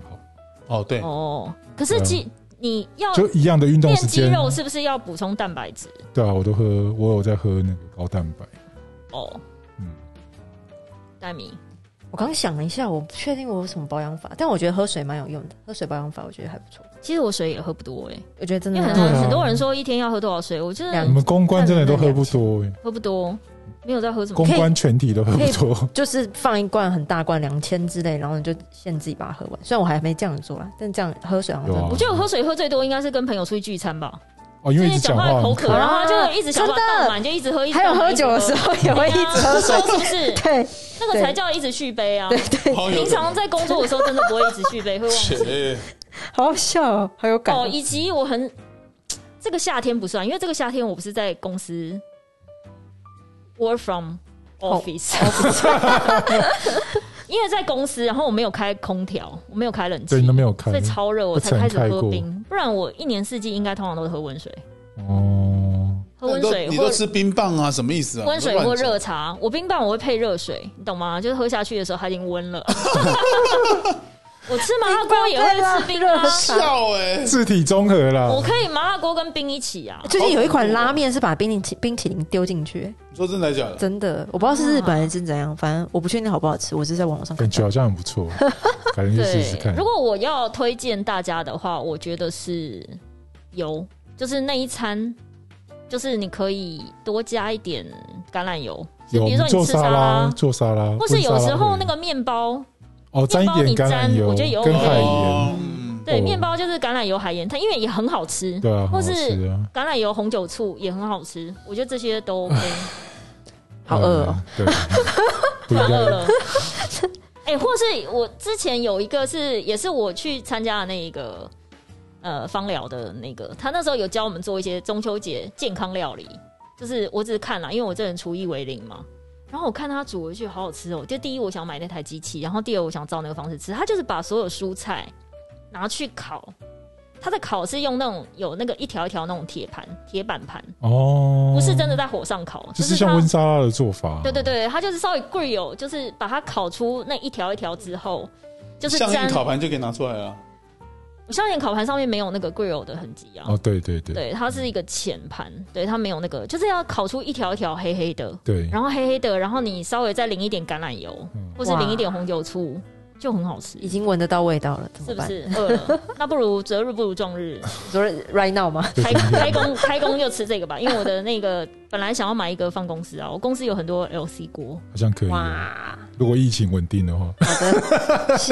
Speaker 1: 好，
Speaker 4: 哦对，
Speaker 2: 哦，可是肌、你要
Speaker 1: 啊就一样的运动
Speaker 2: 练
Speaker 1: 时
Speaker 2: 肌
Speaker 1: 间，
Speaker 2: 肉是不是要补充蛋白质？
Speaker 1: 对啊，我都喝，我有在喝那个高蛋白，
Speaker 2: 哦，
Speaker 1: 嗯，
Speaker 2: 戴米，
Speaker 3: 我刚想了一下，我不确定我有什么保养法，但我觉得喝水蛮有用的，喝水保养法我觉得还不错。
Speaker 2: 其实我水也喝不多哎、
Speaker 3: 我觉得真
Speaker 2: 因
Speaker 3: 的
Speaker 2: 为很多
Speaker 3: 蛮好
Speaker 1: 对啊
Speaker 2: 很多人说一天要喝多少水，我觉
Speaker 1: 你
Speaker 2: 得
Speaker 3: 两
Speaker 1: 嗯们公关真的都喝不多、欸，
Speaker 2: 喝不多，没有在喝什么
Speaker 1: 公。关全体都喝不多，
Speaker 3: 就是放一罐很大罐两千之类，然后你就限自己把它喝完。虽然我还没这样做啦，但这样喝水好像真
Speaker 1: 有
Speaker 3: 的
Speaker 1: 啊
Speaker 2: 我觉得我喝水喝最多应该是跟朋友出去聚餐吧，
Speaker 1: 哦，因为一直
Speaker 2: 讲
Speaker 1: 讲话
Speaker 2: 口
Speaker 1: 很
Speaker 2: 渴，
Speaker 3: 渴
Speaker 2: 然后就一直想把
Speaker 3: 真的
Speaker 2: 倒满，就一直喝，一直
Speaker 3: 还有喝酒的时候也会一直喝水
Speaker 2: 对啊，是不是？
Speaker 3: 对
Speaker 2: 那个才叫一直续杯啊！
Speaker 1: 哦
Speaker 4: 好有
Speaker 2: 平常在工作的时候真的不会一直续杯，会忘记。
Speaker 4: 切
Speaker 3: 好好笑哦，好有感
Speaker 2: 哦，以及我很这个夏天不算，因为这个夏天我不是在公司 work from office，因 为在公司，然后我没有开空调，我没有开冷
Speaker 1: 对，你
Speaker 2: 气
Speaker 1: 都，没有看
Speaker 2: 所以超热，我才
Speaker 1: 我
Speaker 2: 开
Speaker 1: 曾
Speaker 2: 始喝
Speaker 1: 开过
Speaker 2: 冰，不然我一年四季应该通常都是喝温水，
Speaker 1: 哦，
Speaker 2: 喝
Speaker 4: 那
Speaker 2: 温
Speaker 4: 哎
Speaker 2: 水
Speaker 4: 你都你
Speaker 2: 或
Speaker 4: 都吃冰棒啊？什么意思啊？
Speaker 2: 温水或
Speaker 4: 乱讲
Speaker 2: 热茶。我冰棒我会配热水，你懂吗？就是喝下去的时候它已经温了。我吃麻辣锅也会吃冰啊，
Speaker 4: 笑哎，
Speaker 1: 字体综合啦，
Speaker 2: 我可以麻辣锅跟冰一起啊。
Speaker 3: 最近有一款拉面是把冰淇冰淇淋丢进去，
Speaker 4: 你说真的还是假的？
Speaker 3: 真的，我不知道是日本人是怎样，反正我不确定好不好吃，我是在网络上看
Speaker 1: 感觉
Speaker 3: 到。
Speaker 1: 好像很不 错，改天去试试
Speaker 2: 对
Speaker 1: 看，。
Speaker 2: 如果我要推荐大家的话，我觉得是油，就是那一餐，就是你可以多加一点橄榄油，
Speaker 1: 有
Speaker 2: 比
Speaker 1: 我
Speaker 2: 如说
Speaker 1: 们
Speaker 2: 你
Speaker 1: 做
Speaker 2: 吃沙
Speaker 1: 沙
Speaker 2: 拉
Speaker 1: 拉，。做沙拉，
Speaker 2: 或是有
Speaker 1: 温沙拉
Speaker 2: 时候
Speaker 1: 会
Speaker 2: 那个面包，
Speaker 1: 哦，沾一
Speaker 2: 面包你
Speaker 1: 点橄
Speaker 2: 沾
Speaker 1: 榄油，
Speaker 2: 我觉得也
Speaker 1: 跟
Speaker 2: OK
Speaker 1: 海
Speaker 4: 哦
Speaker 1: 盐，
Speaker 4: 嗯
Speaker 2: 对，
Speaker 1: 哦
Speaker 2: 面包就是橄榄油、海盐，它因为也很好吃，
Speaker 1: 对啊，
Speaker 2: 或
Speaker 1: 很好
Speaker 2: 是
Speaker 1: 吃啊
Speaker 2: 橄榄油、红酒、醋也很好吃，我觉得这些都 OK。
Speaker 3: 好饿哦，
Speaker 1: 嗯对，不应
Speaker 2: 饿
Speaker 1: 该
Speaker 2: 了。 哎、或是我之前有一个是，也是我去参加的那一个呃芳疗的那个，他那时候有教我们做一些中秋节健康料理，就是我只是看了，因为我这人厨艺为零嘛。然后我看他煮，我就觉得好好吃哦。就第一，我想买那台机器，然后第二，我想照那个方式吃。他就是把所有蔬菜拿去烤，他的烤是用那种有那个一条一条那种铁盘、铁板盘，
Speaker 1: 哦，
Speaker 2: 不是真的在火上烤，
Speaker 1: 就
Speaker 2: 就是是
Speaker 1: 像
Speaker 2: 它
Speaker 1: 温莎拉的做法，
Speaker 2: 对对，对，它就是稍微 grill，就是把它烤出那一条一条之后，就是
Speaker 4: 像
Speaker 2: 粘
Speaker 4: 硬。烤盘就可以拿出来啊了。
Speaker 2: 我相信烤盘上面没有那个 grill 的痕迹啊。
Speaker 1: 哦，对对对
Speaker 2: 对，它是一个浅盘，对，它没有那个，就是要烤出一条一条黑黑的，
Speaker 1: 对，
Speaker 2: 然后黑黑的，然后你稍微再淋一点橄榄油，
Speaker 1: 嗯
Speaker 2: 或是淋一点红酒醋，就很好吃
Speaker 3: 已，经闻得到味道了，怎么
Speaker 2: 是不
Speaker 3: 办？
Speaker 2: 是？饿了，那不如择日不如撞日，
Speaker 3: 昨日 right now 吗？
Speaker 1: 对
Speaker 2: 开
Speaker 1: 对对
Speaker 2: 开工开工就吃这个吧，因为我的那个本来想要买一个放公司啊，我公司有很多 LC 锅，
Speaker 1: 好像可以哦。
Speaker 3: 哇，
Speaker 1: 如果疫情稳定的话，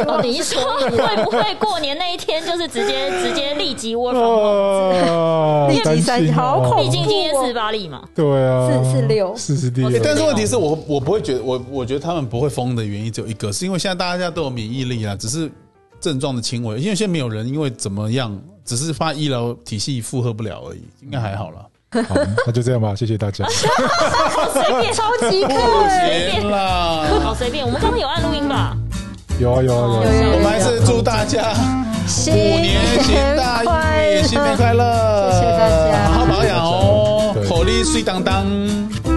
Speaker 2: 哦，你说会不会过年那一天就是直接直接立即 work from home？
Speaker 1: 哇，
Speaker 3: 立即
Speaker 1: 担心
Speaker 3: 三
Speaker 1: 哦
Speaker 3: 好恐怖
Speaker 2: 毕竟今天四十八例嘛，
Speaker 1: 对啊，
Speaker 3: 四46
Speaker 1: 四十六哎
Speaker 2: 哦，
Speaker 4: 欸但是
Speaker 2: 对
Speaker 4: 问题是我我不会觉得我我觉得他们不会疯的原因只有一个，是因为现在大家都有免疫力啊，只是症状的轻微，因为现在没有人因为怎么样，只是怕医疗体系负荷不了而已，应该还好啦。
Speaker 1: 好，那就这样吧，谢谢大家。
Speaker 2: 随便超级
Speaker 4: 不行啦，
Speaker 2: 好随便，我们刚刚有按录音吧？
Speaker 1: 有啊有啊有啊，
Speaker 4: 我们还是祝大家
Speaker 3: 新
Speaker 4: 虎年行大运，新年快乐，
Speaker 3: 谢谢大家
Speaker 4: 好好保养哦
Speaker 1: 对，
Speaker 4: 口力碎当当。
Speaker 1: 拜